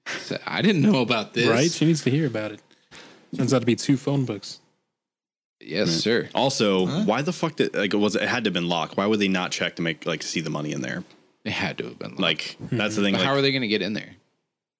[SPEAKER 2] So I didn't know about this.
[SPEAKER 4] right? She needs to hear about it. Turns out to be two phone books.
[SPEAKER 2] Yes, sir.
[SPEAKER 3] also why the fuck did like it was it had to have been locked. Why would they not check to make like see the money in there?
[SPEAKER 2] It had to have been locked.
[SPEAKER 3] Like that's the thing.
[SPEAKER 2] But
[SPEAKER 3] like,
[SPEAKER 2] how are they going to get in there?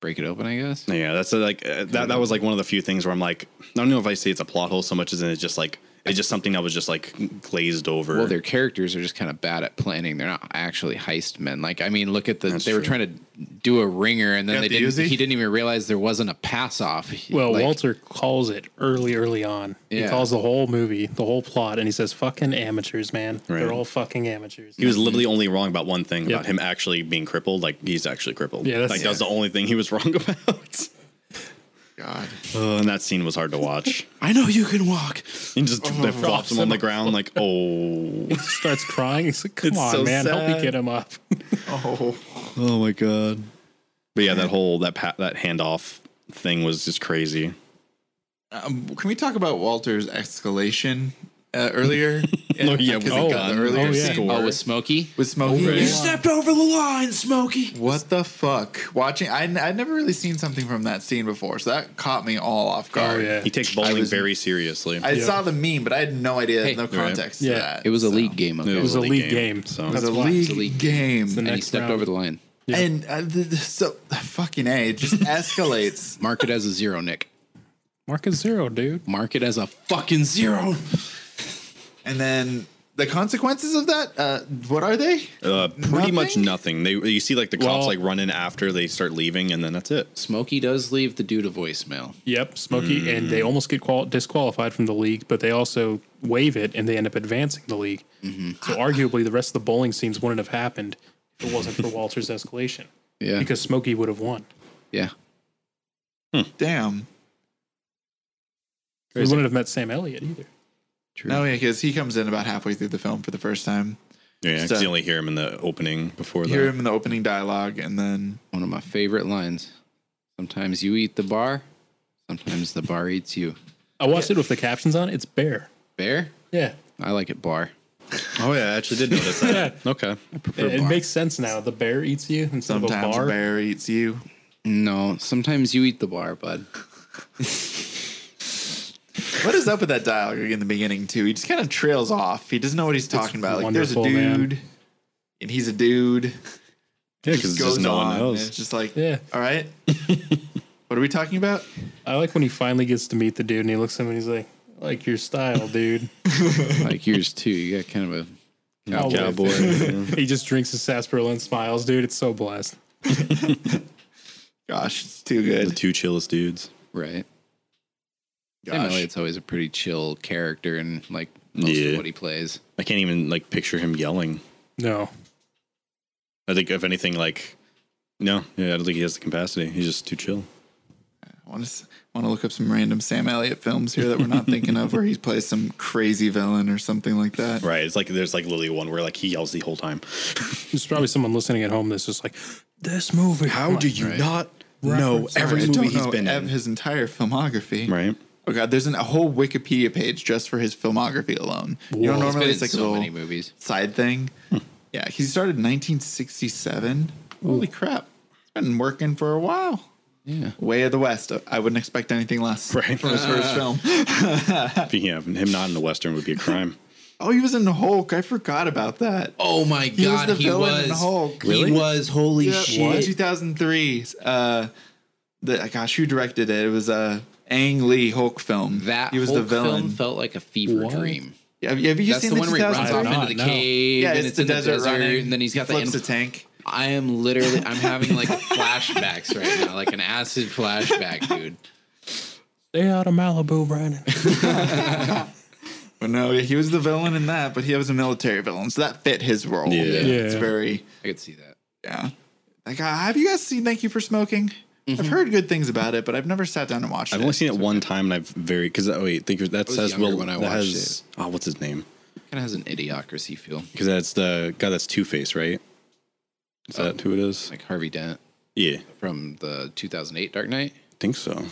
[SPEAKER 2] Break it open, I guess.
[SPEAKER 3] Yeah, that's uh, like uh, that. That was like one of the few things where I'm like, I don't know if I say it's a plot hole so much as in it's just like it's just something that was just like glazed over.
[SPEAKER 2] Well, their characters are just kind of bad at planning. They're not actually heist men. Like, I mean, look at the.
[SPEAKER 3] That's
[SPEAKER 2] they were
[SPEAKER 3] true.
[SPEAKER 2] trying to do a ringer, and then
[SPEAKER 1] Got
[SPEAKER 2] they
[SPEAKER 1] the Uzi?
[SPEAKER 2] didn't. He didn't even realize there wasn't a pass off.
[SPEAKER 4] Well, Walter calls it early, early on. He
[SPEAKER 2] Yeah.
[SPEAKER 4] calls the whole movie, the whole plot, and he says, "Fucking amateurs, man.
[SPEAKER 3] Right.
[SPEAKER 4] They're all fucking amateurs."
[SPEAKER 3] he was literally only wrong about one thing
[SPEAKER 4] Yep.
[SPEAKER 3] about him actually being crippled. Like he's actually crippled.
[SPEAKER 4] Yeah, that's-
[SPEAKER 3] like that's the only thing he was wrong about.
[SPEAKER 1] God.
[SPEAKER 3] Uh, and that scene was hard to watch.
[SPEAKER 2] I know you can walk. Oh,
[SPEAKER 3] He just they flops him on the ground like, oh,
[SPEAKER 4] starts crying. He's like, "Come
[SPEAKER 3] It's
[SPEAKER 4] on,
[SPEAKER 3] so
[SPEAKER 4] man, help
[SPEAKER 3] sad.
[SPEAKER 4] me get him up."
[SPEAKER 1] Oh.
[SPEAKER 3] oh my god. But yeah, that whole that pa- that handoff thing was just crazy.
[SPEAKER 1] Um, can we talk about Walter's escalation uh, earlier?
[SPEAKER 3] Oh, yeah,
[SPEAKER 1] because
[SPEAKER 3] oh,
[SPEAKER 1] it got the
[SPEAKER 3] oh,
[SPEAKER 1] earlier
[SPEAKER 4] yeah.
[SPEAKER 1] scene
[SPEAKER 2] Oh, with Smokey.
[SPEAKER 1] with Smokey.
[SPEAKER 4] Over
[SPEAKER 1] Yeah.
[SPEAKER 4] it.
[SPEAKER 2] Stepped over the line, Smokey.
[SPEAKER 1] What the fuck? Watching, I I'd never really seen something from that scene before, so that caught me all off guard.
[SPEAKER 4] Oh, yeah.
[SPEAKER 3] He takes
[SPEAKER 1] I
[SPEAKER 3] bowling
[SPEAKER 1] was-
[SPEAKER 3] very seriously.
[SPEAKER 1] I saw the meme, but I had no idea,
[SPEAKER 2] Hey.
[SPEAKER 1] no context
[SPEAKER 4] Yeah.
[SPEAKER 1] to that.
[SPEAKER 2] It was a
[SPEAKER 1] so.
[SPEAKER 2] league game. Okay.
[SPEAKER 3] It
[SPEAKER 4] It was a
[SPEAKER 3] league
[SPEAKER 4] league
[SPEAKER 3] game,
[SPEAKER 4] game,
[SPEAKER 3] so-
[SPEAKER 1] It
[SPEAKER 3] It
[SPEAKER 1] was a
[SPEAKER 4] That's why.
[SPEAKER 1] league,
[SPEAKER 2] league
[SPEAKER 1] game,
[SPEAKER 4] the
[SPEAKER 2] and he
[SPEAKER 4] next
[SPEAKER 2] stepped
[SPEAKER 4] round.
[SPEAKER 2] over the line.
[SPEAKER 1] and uh, th- th- so fucking a, it just escalates.
[SPEAKER 2] Mark it as a zero, Nick.
[SPEAKER 4] Mark is zero, dude.
[SPEAKER 2] Mark it as a fucking zero.
[SPEAKER 1] and then the consequences of that, uh, what are they?
[SPEAKER 3] Uh, pretty much nothing. They you see like the cops
[SPEAKER 4] Well-
[SPEAKER 3] like running after they start leaving, and then that's it.
[SPEAKER 2] Smokey does leave the dude a voicemail.
[SPEAKER 4] Yep, Smokey, and they almost get qual- disqualified from the league, but they also waive it and they end up advancing the league. So arguably, the rest of the bowling scenes wouldn't have happened if it wasn't for Walter's escalation,
[SPEAKER 2] Yeah.
[SPEAKER 4] because Smokey would have won.
[SPEAKER 2] yeah.
[SPEAKER 1] Damn.
[SPEAKER 4] We wouldn't have met Sam Elliott either.
[SPEAKER 2] True.
[SPEAKER 1] No, yeah, because he comes in about halfway through the film for the first time.
[SPEAKER 3] Yeah, 'cause
[SPEAKER 1] So-
[SPEAKER 3] you only hear him in the opening before
[SPEAKER 1] You hear
[SPEAKER 3] the
[SPEAKER 1] him in the opening dialogue, and then
[SPEAKER 2] One of my favorite lines. Sometimes you eat the bar, sometimes the bar eats you.
[SPEAKER 4] I watched it with the captions on. It's Bear.
[SPEAKER 2] Bear?
[SPEAKER 4] Yeah,
[SPEAKER 2] I like it bar.
[SPEAKER 3] Oh yeah, I actually did notice that. Okay.
[SPEAKER 2] Prefer
[SPEAKER 4] it, it
[SPEAKER 2] bar.
[SPEAKER 4] makes sense now. The bear eats you instead of a
[SPEAKER 1] sometimes a
[SPEAKER 4] bar.
[SPEAKER 1] bear eats you.
[SPEAKER 2] no, sometimes you eat the bar, bud.
[SPEAKER 1] What is up with that dialogue in the beginning too? He just kind of trails off. He doesn't know what he's talking about. Like there's a
[SPEAKER 4] wonderful, man.
[SPEAKER 1] dude, and he's a dude.
[SPEAKER 3] Yeah, because just no one
[SPEAKER 1] and It's
[SPEAKER 3] knows.
[SPEAKER 1] just like,
[SPEAKER 4] Yeah.
[SPEAKER 1] all right, what are we talking about?
[SPEAKER 4] I like when he finally gets to meet the dude, and he looks at him and he's like, "Like your style, dude."
[SPEAKER 2] like yours too. You got kind of a
[SPEAKER 4] Always.
[SPEAKER 3] Cowboy. yeah.
[SPEAKER 4] He just drinks his sarsaparilla and smiles, dude. It's so blessed.
[SPEAKER 1] Gosh, it's too
[SPEAKER 3] The
[SPEAKER 1] good.
[SPEAKER 3] two chillest dudes.
[SPEAKER 2] Right. Sam
[SPEAKER 1] Gosh.
[SPEAKER 2] Elliott's always a pretty chill character and like most
[SPEAKER 3] Yeah.
[SPEAKER 2] of what he plays.
[SPEAKER 3] I can't even like picture him yelling.
[SPEAKER 4] No.
[SPEAKER 3] I think if anything, like no, yeah, I don't think he has the capacity. He's just too chill.
[SPEAKER 1] I want to want to look up some random Sam Elliott films here that we're not thinking of, where he plays some crazy villain or something like that.
[SPEAKER 3] Right. It's like there's like literally one where like he yells the whole time.
[SPEAKER 4] There's probably someone listening at home that's just like, this movie.
[SPEAKER 3] How do you not know
[SPEAKER 1] Sorry,
[SPEAKER 3] every
[SPEAKER 1] I
[SPEAKER 3] movie
[SPEAKER 1] don't
[SPEAKER 3] he's
[SPEAKER 1] know
[SPEAKER 3] been
[SPEAKER 1] ev-
[SPEAKER 3] in?
[SPEAKER 1] his entire filmography.
[SPEAKER 3] right.
[SPEAKER 1] Oh god, there's an, a whole Wikipedia page just for his filmography alone. You know,
[SPEAKER 2] He's been
[SPEAKER 4] Whoa.
[SPEAKER 1] normally
[SPEAKER 2] in
[SPEAKER 1] it's like a
[SPEAKER 2] so
[SPEAKER 1] little
[SPEAKER 2] many movies.
[SPEAKER 1] side thing.
[SPEAKER 2] Hmm.
[SPEAKER 1] Yeah, he started in 1967. Holy crap, he's been working for a while.
[SPEAKER 2] Yeah.
[SPEAKER 1] Way of the West. I wouldn't expect anything less
[SPEAKER 3] Right.
[SPEAKER 1] from his first film.
[SPEAKER 3] Yeah, him not in a western would be a crime.
[SPEAKER 1] Oh, he was in Hulk. I forgot about that.
[SPEAKER 2] Oh my
[SPEAKER 1] He was
[SPEAKER 2] god,
[SPEAKER 1] the
[SPEAKER 2] he
[SPEAKER 1] villain in
[SPEAKER 2] was.
[SPEAKER 1] Hulk.
[SPEAKER 2] He
[SPEAKER 1] Really?
[SPEAKER 2] was. Holy
[SPEAKER 1] Yeah,
[SPEAKER 2] shit.
[SPEAKER 1] 2003. Uh, the gosh, who directed it? It was uh, Ang Lee Hulk film.
[SPEAKER 2] That
[SPEAKER 1] he was
[SPEAKER 2] Hulk
[SPEAKER 1] the villain.
[SPEAKER 2] film felt like a fever
[SPEAKER 4] What?
[SPEAKER 2] dream.
[SPEAKER 1] have, have you
[SPEAKER 2] That's
[SPEAKER 1] seen
[SPEAKER 2] the, one where he runs
[SPEAKER 1] 2003?
[SPEAKER 2] off
[SPEAKER 4] not,
[SPEAKER 2] into the
[SPEAKER 4] no.
[SPEAKER 2] cave
[SPEAKER 1] Yeah,
[SPEAKER 2] and
[SPEAKER 1] it's,
[SPEAKER 2] it's,
[SPEAKER 1] the
[SPEAKER 2] in
[SPEAKER 1] desert,
[SPEAKER 2] the desert
[SPEAKER 1] running,
[SPEAKER 2] and then he's got the
[SPEAKER 1] flips
[SPEAKER 2] animal-
[SPEAKER 1] the tank.
[SPEAKER 2] I am literally I'm having like flashbacks right now, like an acid flashback, dude.
[SPEAKER 4] Stay out of Malibu, Brandon.
[SPEAKER 1] But no, yeah, he was the villain in that, but he was a military villain, so that fit his role.
[SPEAKER 3] Yeah.
[SPEAKER 1] it's
[SPEAKER 4] Yeah.
[SPEAKER 1] very
[SPEAKER 2] I could see that.
[SPEAKER 1] yeah. Like, uh, have you guys seen Thank You for Smoking? I've heard good things about it, but I've never sat down and watched
[SPEAKER 3] Mm-hmm. I've
[SPEAKER 1] it.
[SPEAKER 3] only seen it one time, and I've very because oh, wait, think that
[SPEAKER 2] was
[SPEAKER 3] says
[SPEAKER 2] younger
[SPEAKER 3] Will.
[SPEAKER 2] when I
[SPEAKER 3] that
[SPEAKER 2] watched
[SPEAKER 3] has, Oh, what's his name?
[SPEAKER 2] Kind of has an idiocracy feel,
[SPEAKER 3] Because that's the guy that's Two Face, right? Is that who it is?
[SPEAKER 2] like Harvey Dent
[SPEAKER 3] Yeah,
[SPEAKER 2] from the 2008 Dark Knight.
[SPEAKER 3] I think so.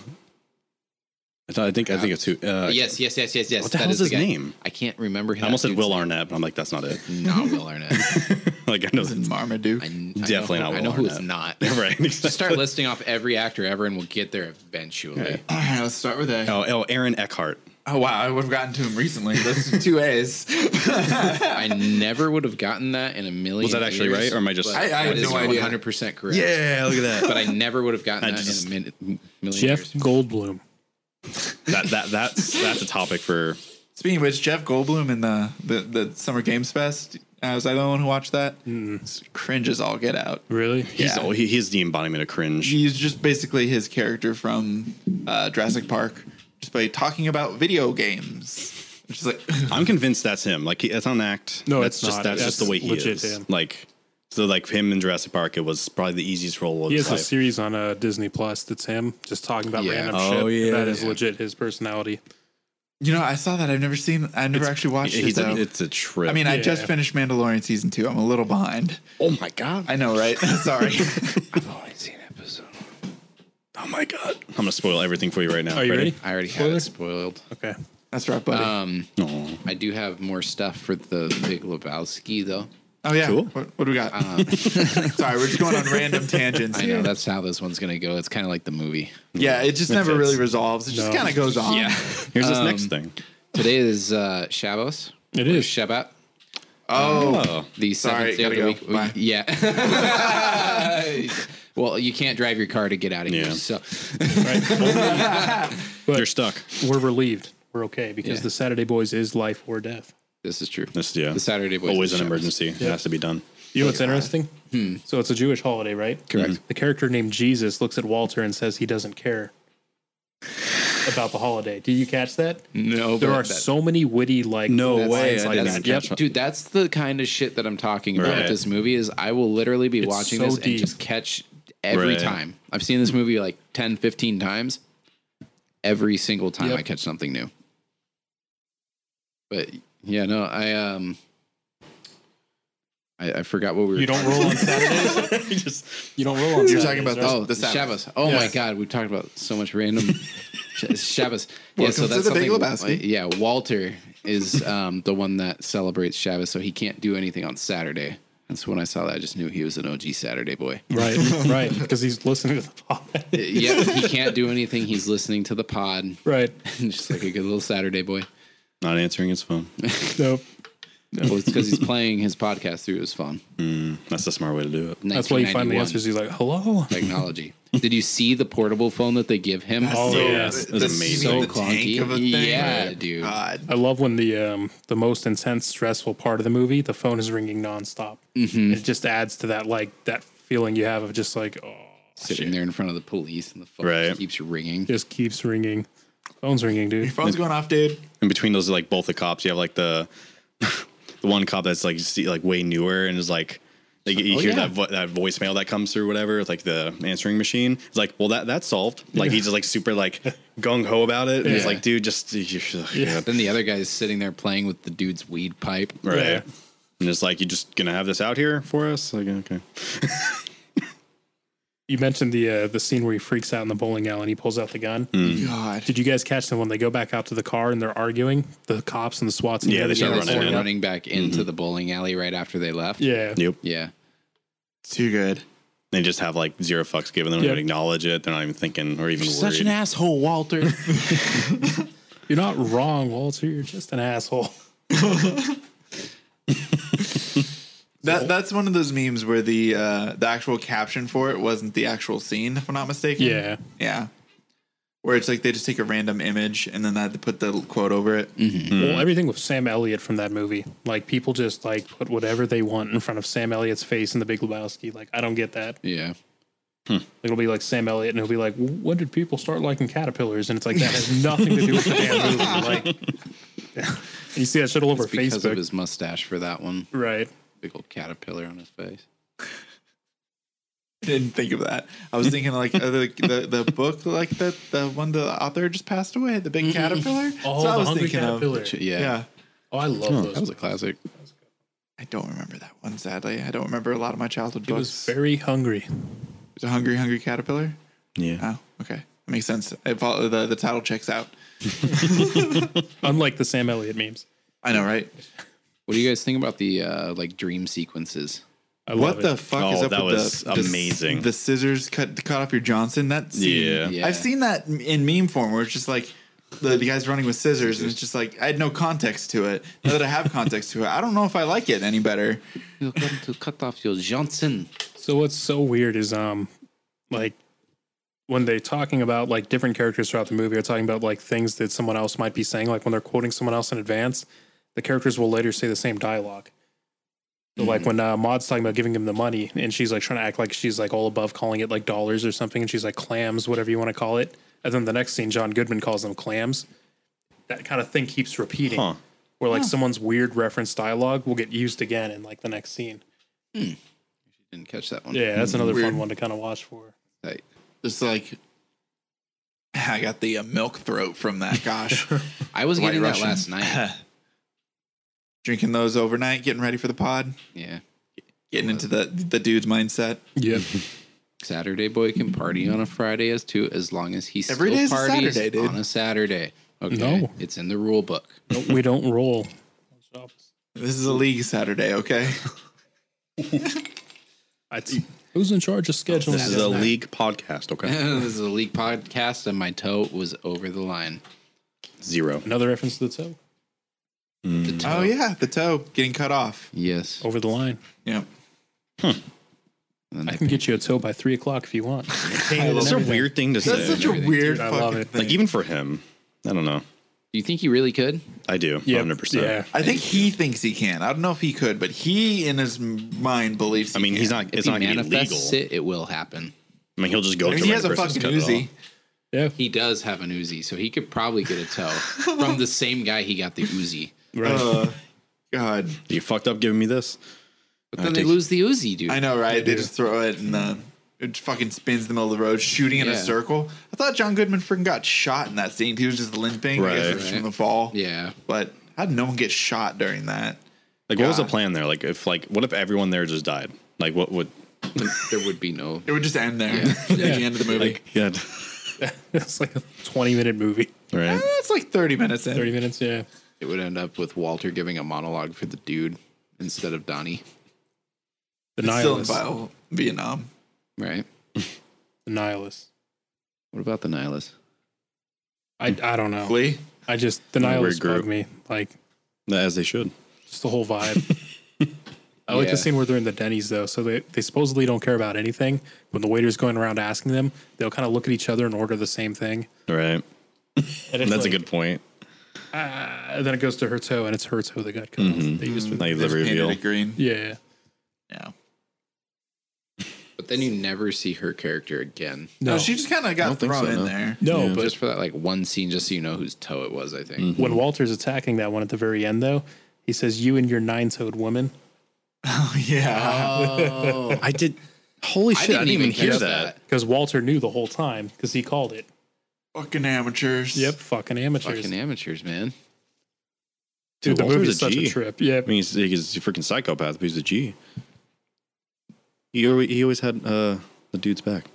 [SPEAKER 3] I, thought, I think I think it's who. Uh,
[SPEAKER 2] yes, yes, yes, yes, yes.
[SPEAKER 3] What the
[SPEAKER 2] that
[SPEAKER 3] hell
[SPEAKER 2] is
[SPEAKER 3] is
[SPEAKER 2] the
[SPEAKER 3] his
[SPEAKER 2] guy.
[SPEAKER 3] name?
[SPEAKER 2] I can't remember. Him.
[SPEAKER 3] I almost said Will Arnett, but I'm like, that's not it.
[SPEAKER 2] Not Will Arnett.
[SPEAKER 3] like I know,
[SPEAKER 1] it in Marmaduke.
[SPEAKER 2] I, kn- I
[SPEAKER 3] Definitely
[SPEAKER 2] know, who-
[SPEAKER 3] not
[SPEAKER 2] I
[SPEAKER 3] Will
[SPEAKER 2] know who it's not.
[SPEAKER 3] Arnett. right?
[SPEAKER 2] Just start listing off every actor ever, and we'll get there eventually.
[SPEAKER 3] Okay.
[SPEAKER 1] All right, let's start with A.
[SPEAKER 3] Oh, oh, Aaron Eckhart.
[SPEAKER 1] Oh wow, I would have gotten to him recently. Those two A's.
[SPEAKER 2] I never would have gotten that in a million.
[SPEAKER 3] Was that actually
[SPEAKER 2] years,
[SPEAKER 3] right, or am I just-
[SPEAKER 2] but
[SPEAKER 1] I- I
[SPEAKER 2] that
[SPEAKER 1] had
[SPEAKER 2] is
[SPEAKER 1] no idea.
[SPEAKER 2] 100% correct.
[SPEAKER 3] Yeah, look at
[SPEAKER 2] but I never would have gotten
[SPEAKER 3] I
[SPEAKER 2] that
[SPEAKER 3] just-
[SPEAKER 2] in a minute, million
[SPEAKER 4] Jeff
[SPEAKER 2] years.
[SPEAKER 4] Goldblum.
[SPEAKER 3] that that that's that's a topic for
[SPEAKER 1] Speaking of which, Jeff Goldblum in the the, the Summer Games Fest. I was I the one who watched that? It's Cringe as all get out.
[SPEAKER 4] Really?
[SPEAKER 3] he's
[SPEAKER 1] Yeah.
[SPEAKER 3] oh, he, he's the embodiment of cringe.
[SPEAKER 1] He's just basically his character from uh, Jurassic Park, just by talking about video games. Which is like,
[SPEAKER 3] I'm convinced that's him. Like he, that's not an act.
[SPEAKER 4] No,
[SPEAKER 3] that's
[SPEAKER 4] it's
[SPEAKER 3] just
[SPEAKER 4] not.
[SPEAKER 3] that's, just the
[SPEAKER 4] That's
[SPEAKER 3] way he
[SPEAKER 4] legit
[SPEAKER 3] is.
[SPEAKER 4] him.
[SPEAKER 3] Like so, like him in Jurassic Park, it was probably the easiest role of
[SPEAKER 4] He
[SPEAKER 3] his
[SPEAKER 4] has a
[SPEAKER 3] life.
[SPEAKER 4] series on uh, Disney Plus that's him just talking about
[SPEAKER 2] Yeah.
[SPEAKER 4] random
[SPEAKER 3] Oh,
[SPEAKER 4] shit.
[SPEAKER 3] yeah,
[SPEAKER 4] that is
[SPEAKER 3] yeah.
[SPEAKER 4] legit his personality.
[SPEAKER 1] you know, I saw that. I've never seen. I've never actually watched it
[SPEAKER 3] He's a,
[SPEAKER 1] though.
[SPEAKER 3] it's a trip.
[SPEAKER 1] I mean, I just
[SPEAKER 4] Yeah.
[SPEAKER 1] finished Mandalorian season two. I'm a little behind.
[SPEAKER 3] oh my god,
[SPEAKER 1] I know, right? Sorry.
[SPEAKER 2] I've only seen episode.
[SPEAKER 3] oh my god, I'm gonna spoil everything for you right now.
[SPEAKER 4] Are you ready?
[SPEAKER 2] I already had it spoiled.
[SPEAKER 4] Okay.
[SPEAKER 1] That's right, buddy.
[SPEAKER 2] Um,
[SPEAKER 3] No.
[SPEAKER 2] I do have more stuff for the Big Lebowski, though.
[SPEAKER 1] oh yeah.
[SPEAKER 3] cool.
[SPEAKER 1] What, what do we got? Sorry, we're just going on random tangents.
[SPEAKER 2] I know that's how this one's gonna go. It's kind of like the movie.
[SPEAKER 1] Yeah, it just never
[SPEAKER 3] fits.
[SPEAKER 1] really resolves. It just
[SPEAKER 4] No.
[SPEAKER 1] kind of goes on.
[SPEAKER 3] Here's this next thing.
[SPEAKER 2] Today is uh, Shabbos.
[SPEAKER 4] It
[SPEAKER 2] Or
[SPEAKER 4] is.
[SPEAKER 2] Shabbat.
[SPEAKER 1] Oh,
[SPEAKER 3] Oh,
[SPEAKER 2] The
[SPEAKER 1] Sorry,
[SPEAKER 2] seventh day of
[SPEAKER 1] gotta
[SPEAKER 2] the
[SPEAKER 1] go.
[SPEAKER 2] week. We-
[SPEAKER 1] Bye.
[SPEAKER 2] Yeah. well, you can't drive your car to get out of
[SPEAKER 3] Yeah.
[SPEAKER 2] here. So
[SPEAKER 3] you're stuck.
[SPEAKER 4] We're relieved. We're okay because
[SPEAKER 2] Yeah.
[SPEAKER 4] the Saturday Boys is life or death.
[SPEAKER 2] this is true.
[SPEAKER 3] This yeah.
[SPEAKER 2] The Saturday boys.
[SPEAKER 3] always
[SPEAKER 2] is
[SPEAKER 3] an
[SPEAKER 2] Shabbos.
[SPEAKER 3] emergency. It has to be done.
[SPEAKER 4] You know what's interesting? So it's a Jewish holiday, right?
[SPEAKER 2] Correct.
[SPEAKER 4] The character named Jesus looks at Walter and says he doesn't care about the holiday. Do you catch that?
[SPEAKER 2] No,
[SPEAKER 4] There
[SPEAKER 2] but
[SPEAKER 4] are
[SPEAKER 2] that-
[SPEAKER 4] so many witty like
[SPEAKER 3] No
[SPEAKER 4] lines
[SPEAKER 3] way, I
[SPEAKER 4] Like
[SPEAKER 3] did
[SPEAKER 4] that.
[SPEAKER 3] not
[SPEAKER 4] Yep.
[SPEAKER 3] catch
[SPEAKER 2] Dude, that's the kind of shit that I'm talking about
[SPEAKER 3] Right.
[SPEAKER 2] with this movie is I will literally be
[SPEAKER 4] It's
[SPEAKER 2] watching
[SPEAKER 4] so
[SPEAKER 2] this and
[SPEAKER 4] deep.
[SPEAKER 2] just catch every
[SPEAKER 3] Right.
[SPEAKER 2] time. I've seen this movie like 10, 15 times. Every single time
[SPEAKER 4] Yep.
[SPEAKER 2] I catch something new. But yeah, no, I um I, I forgot what we were
[SPEAKER 4] You don't roll on Saturdays.
[SPEAKER 3] You just
[SPEAKER 4] You don't roll on Saturdays.
[SPEAKER 1] You're talking about
[SPEAKER 4] right?
[SPEAKER 2] Oh, the Shabbos. Oh my God, we've talked about so much random Sh- Shabbos. Yeah,
[SPEAKER 1] Welcome
[SPEAKER 2] so
[SPEAKER 1] to
[SPEAKER 2] that's
[SPEAKER 1] the Big
[SPEAKER 2] something.
[SPEAKER 1] Lebowski.
[SPEAKER 2] Yeah, Walter is um, the one that celebrates Shabbos, so he can't do anything on Saturday. That's when I saw that. I just knew he was an OG Saturday boy.
[SPEAKER 4] Right, right. Because he's listening to the pod.
[SPEAKER 2] yeah, he can't do anything. He's listening to the pod,
[SPEAKER 4] right.
[SPEAKER 2] just like a good little Saturday boy.
[SPEAKER 3] not answering his phone.
[SPEAKER 4] Nope.
[SPEAKER 2] Well, it's because he's playing his podcast through his phone.
[SPEAKER 3] That's the smart way to do it.
[SPEAKER 4] That's why you find the
[SPEAKER 2] 1991
[SPEAKER 4] answers. He's like, hello?
[SPEAKER 2] Technology. Did you see the portable phone that they give him?
[SPEAKER 4] Oh,
[SPEAKER 1] So,
[SPEAKER 4] yeah.
[SPEAKER 1] th-
[SPEAKER 3] That's
[SPEAKER 1] this
[SPEAKER 3] amazing.
[SPEAKER 1] being
[SPEAKER 2] So clunky. Yeah,
[SPEAKER 1] right?
[SPEAKER 2] dude.
[SPEAKER 1] God.
[SPEAKER 4] I love when the um, the most intense, stressful part of the movie, the phone is ringing nonstop. It just adds to that like that feeling you have of just like, oh,
[SPEAKER 2] Sitting there in front of the police and the phone
[SPEAKER 3] Right.
[SPEAKER 2] just keeps ringing.
[SPEAKER 4] just keeps ringing. Phone's ringing, dude.
[SPEAKER 1] Your phone's going off, dude.
[SPEAKER 3] in between those like both the cops you have like the the one cop that's like see, like way newer and is like like you
[SPEAKER 2] Oh,
[SPEAKER 3] hear
[SPEAKER 2] yeah.
[SPEAKER 3] that vo- that voicemail that comes through whatever it's like the answering machine it's like well that that's solved like he's just like super like gung-ho about it and he's
[SPEAKER 2] Yeah.
[SPEAKER 3] like dude just yeah.
[SPEAKER 2] Then the other guy is sitting there playing with the dude's weed pipe.
[SPEAKER 3] right
[SPEAKER 4] Yeah.
[SPEAKER 3] and it's like you just gonna have this out here for us like okay
[SPEAKER 4] You mentioned the uh, the scene where he freaks out in the bowling alley and he pulls out the gun.
[SPEAKER 3] Hmm.
[SPEAKER 1] Oh, God.
[SPEAKER 4] Did you guys catch them when they go back out to the car and they're arguing? The cops and the SWAT team.
[SPEAKER 3] Yeah,
[SPEAKER 4] and
[SPEAKER 3] they
[SPEAKER 2] Yeah,
[SPEAKER 3] start
[SPEAKER 2] they
[SPEAKER 4] everything?
[SPEAKER 3] running
[SPEAKER 2] started
[SPEAKER 3] in.
[SPEAKER 2] running back into the bowling alley right after they left.
[SPEAKER 4] Yeah.
[SPEAKER 3] yep
[SPEAKER 2] Yeah.
[SPEAKER 1] Too good.
[SPEAKER 3] they just have like zero fucks given they don't
[SPEAKER 4] Yep.
[SPEAKER 3] even acknowledge it they're not even thinking or even worried
[SPEAKER 1] Such an asshole, Walter.
[SPEAKER 4] You're not wrong, Walter. You're just an asshole.
[SPEAKER 1] that that's one of those memes where the uh, the actual caption for it wasn't the actual scene, if I'm not mistaken.
[SPEAKER 4] Yeah.
[SPEAKER 1] Yeah. Where it's like they just take a random image and then they had to put the quote over it.
[SPEAKER 4] Mm.
[SPEAKER 3] Hmm.
[SPEAKER 4] Well, everything with Sam Elliott from that movie, like people just like put whatever they want in front of Sam Elliott's face in The Big Lebowski. Like I don't get that.
[SPEAKER 2] Yeah.
[SPEAKER 4] It'll be like Sam Elliott, and he'll be like, "When did people start liking caterpillars?" And it's like that has nothing to do with the damn movie. Like you see that shit all over
[SPEAKER 2] It's because
[SPEAKER 4] Facebook,
[SPEAKER 2] of his mustache for that one.
[SPEAKER 4] right?
[SPEAKER 2] Big old caterpillar on his face.
[SPEAKER 1] Didn't think of that. I was thinking like uh, the, the the book like the the one the author just passed away, the big caterpillar.
[SPEAKER 4] Oh,
[SPEAKER 1] So
[SPEAKER 4] the
[SPEAKER 1] I was
[SPEAKER 4] hungry
[SPEAKER 1] thinking of-
[SPEAKER 4] caterpillar.
[SPEAKER 2] Yeah.
[SPEAKER 1] yeah.
[SPEAKER 4] Oh, I love those.
[SPEAKER 2] That was a classic.
[SPEAKER 1] I don't remember that one. Sadly, I don't remember a lot of my childhood
[SPEAKER 4] He
[SPEAKER 1] books.
[SPEAKER 4] was very hungry.
[SPEAKER 1] It's a hungry, hungry caterpillar.
[SPEAKER 3] yeah
[SPEAKER 1] Oh, okay, that makes sense. It follow, the the title checks out.
[SPEAKER 4] Unlike the Sam Elliott memes,
[SPEAKER 1] I know, right?
[SPEAKER 2] What do you guys think about the uh, like dream sequences?
[SPEAKER 4] I
[SPEAKER 1] What
[SPEAKER 4] love
[SPEAKER 1] the
[SPEAKER 4] it.
[SPEAKER 1] fuck
[SPEAKER 3] Oh,
[SPEAKER 1] is up
[SPEAKER 3] that
[SPEAKER 1] with
[SPEAKER 3] was
[SPEAKER 1] the the s-
[SPEAKER 3] amazing.
[SPEAKER 1] The, scissors cut cut off your Johnson. That scene,
[SPEAKER 3] Yeah.
[SPEAKER 2] Yeah.
[SPEAKER 1] I've seen that m- in meme form where it's just like the, the guy's running with scissors, and it's just like I had no context to it. Now that I have context to it, I don't know if I like it any better.
[SPEAKER 2] You're going to cut off your Johnson.
[SPEAKER 4] So what's so weird is um like when they're talking about like different characters throughout the movie are talking about like things that someone else might be saying, like when they're quoting someone else in advance, the characters will later say the same dialogue. So like when uh, Maud's talking about giving him the money and she's like trying to act like she's like all above calling it like dollars or something and she's like clams, whatever you want to call it. And then the next scene John Goodman calls them clams. That kind of thing keeps repeating.
[SPEAKER 3] huh
[SPEAKER 4] Where like someone's weird reference dialogue will get used again in like the next scene.
[SPEAKER 2] Didn't catch that one.
[SPEAKER 4] Yeah, that's another
[SPEAKER 1] Weird.
[SPEAKER 4] fun one to kind of watch for.
[SPEAKER 2] Like,
[SPEAKER 1] Just like I got the uh, milk throat from that. Gosh,
[SPEAKER 2] I was
[SPEAKER 1] White
[SPEAKER 2] getting
[SPEAKER 1] Russian.
[SPEAKER 2] that last night.
[SPEAKER 1] drinking those overnight, getting ready for the pod,
[SPEAKER 2] Yeah.
[SPEAKER 1] getting into the the dude's mindset.
[SPEAKER 4] Yep.
[SPEAKER 2] Saturday boy can party on a Friday as too, as long as he
[SPEAKER 1] Every
[SPEAKER 2] still
[SPEAKER 1] day's a
[SPEAKER 2] parties
[SPEAKER 1] Saturday, dude.
[SPEAKER 2] on a Saturday. Okay,
[SPEAKER 4] No.
[SPEAKER 2] it's in the rule book.
[SPEAKER 4] we don't roll.
[SPEAKER 1] This is a league Saturday, okay?
[SPEAKER 4] Who's in charge of scheduling?
[SPEAKER 3] Oh, this is a league podcast okay
[SPEAKER 2] this is a league podcast, and my toe was over the line.
[SPEAKER 3] zero
[SPEAKER 4] Another reference to the toe.
[SPEAKER 2] The toe,
[SPEAKER 1] Oh yeah, the toe getting cut off.
[SPEAKER 2] yes.
[SPEAKER 4] Over the line.
[SPEAKER 1] Yeah.
[SPEAKER 2] And
[SPEAKER 4] I
[SPEAKER 2] then
[SPEAKER 4] can get you a toe by three o'clock if you want.
[SPEAKER 3] That's a weird thing to
[SPEAKER 1] That's
[SPEAKER 3] say
[SPEAKER 1] such a weird
[SPEAKER 4] Dude, I
[SPEAKER 1] fucking
[SPEAKER 4] love it.
[SPEAKER 1] thing.
[SPEAKER 3] like even for him i don't know
[SPEAKER 2] do you think he really could?
[SPEAKER 3] i do 100%
[SPEAKER 4] Yeah.
[SPEAKER 1] I think he thinks he can. I don't know if he could, but he in his mind believes. He
[SPEAKER 3] I mean,
[SPEAKER 1] can.
[SPEAKER 3] he's not.
[SPEAKER 2] If
[SPEAKER 3] It's
[SPEAKER 2] he
[SPEAKER 3] not gonna be legal.
[SPEAKER 2] manifests it, it will happen.
[SPEAKER 3] I mean, he'll just go.
[SPEAKER 1] I mean,
[SPEAKER 3] to
[SPEAKER 1] he
[SPEAKER 3] the
[SPEAKER 1] has a
[SPEAKER 3] right person,
[SPEAKER 1] fucking
[SPEAKER 3] just cut it
[SPEAKER 1] Uzi.
[SPEAKER 4] Yeah.
[SPEAKER 2] He does have an Uzi, so he could probably get a toe from the same guy he got the Uzi.
[SPEAKER 4] Right.
[SPEAKER 1] Uh, God,
[SPEAKER 3] off. You fucked up giving me this.
[SPEAKER 2] But then they lose the Uzi, dude.
[SPEAKER 1] I know, right? They just throw it and uh, it fucking spins in the middle of the road, shooting in a
[SPEAKER 2] Yeah.
[SPEAKER 1] circle. I thought John Goodman freaking got shot in that scene. He was just limping, I guess,
[SPEAKER 3] Right.
[SPEAKER 1] it was from the fall.
[SPEAKER 2] Yeah.
[SPEAKER 1] But how did no one get shot during that?
[SPEAKER 3] Like, what was the
[SPEAKER 1] God.
[SPEAKER 3] plan there? Like, if like, what if everyone there just died? Like, what would?
[SPEAKER 2] there would be no.
[SPEAKER 1] It would just end there at the end of the movie.
[SPEAKER 3] Yeah.
[SPEAKER 4] it's like a twenty minute movie.
[SPEAKER 3] Right.
[SPEAKER 1] Eh, it's like thirty minutes in.
[SPEAKER 4] Thirty minutes, yeah.
[SPEAKER 2] It would end up with Walter giving a monologue for the dude instead of Donnie,
[SPEAKER 4] The
[SPEAKER 1] It's still in
[SPEAKER 4] nihilist. The
[SPEAKER 1] Bio- Vietnam.
[SPEAKER 2] right?
[SPEAKER 4] nihilist.
[SPEAKER 2] What about the nihilist?
[SPEAKER 4] I I don't know.
[SPEAKER 1] Glee.
[SPEAKER 4] I just the
[SPEAKER 3] Weird
[SPEAKER 4] nihilist
[SPEAKER 3] group.
[SPEAKER 4] bugged me. Like
[SPEAKER 3] As they should.
[SPEAKER 4] Just the whole vibe. I like
[SPEAKER 2] Yeah.
[SPEAKER 4] the scene where they're in the Denny's though. So they, they supposedly don't care about anything. When the waiter's going around asking them, they'll kind of look at each other and order the same thing.
[SPEAKER 3] Right.
[SPEAKER 4] And it's
[SPEAKER 3] That's a
[SPEAKER 4] like,
[SPEAKER 3] good point.
[SPEAKER 4] "Ah," and then it goes to her toe, and it's her toe that got cut off.
[SPEAKER 3] Mm-hmm.
[SPEAKER 4] They used for the-
[SPEAKER 3] Like the
[SPEAKER 1] Just painted
[SPEAKER 3] reveal.
[SPEAKER 1] it green.
[SPEAKER 4] yeah.
[SPEAKER 1] Yeah.
[SPEAKER 2] But then you never see her character again.
[SPEAKER 4] Oh,
[SPEAKER 1] No, she just kind of got
[SPEAKER 3] think
[SPEAKER 1] thrown
[SPEAKER 3] so,
[SPEAKER 1] in
[SPEAKER 3] no.
[SPEAKER 1] there.
[SPEAKER 4] no,
[SPEAKER 3] Yeah.
[SPEAKER 4] but
[SPEAKER 2] just for that like one scene, just so you know whose toe it was. I think.
[SPEAKER 4] when Walter's attacking that one at the very end though, he says, "You and your nine-toed woman."
[SPEAKER 1] Oh yeah.
[SPEAKER 3] I did. Holy shit! I didn't, even hear
[SPEAKER 2] catch
[SPEAKER 3] that.
[SPEAKER 4] Because Walter knew the whole time because he called it.
[SPEAKER 1] Uh, Fucking amateurs.
[SPEAKER 4] Yep, fucking amateurs.
[SPEAKER 2] Fucking amateurs, man.
[SPEAKER 4] Dude, the
[SPEAKER 3] Walter's
[SPEAKER 4] movie's
[SPEAKER 3] a
[SPEAKER 4] such
[SPEAKER 3] G.
[SPEAKER 4] a trip. Yeah,
[SPEAKER 3] I mean, he's, he's a freaking psychopath, but he's a G. He always, he always had uh, the dude's back,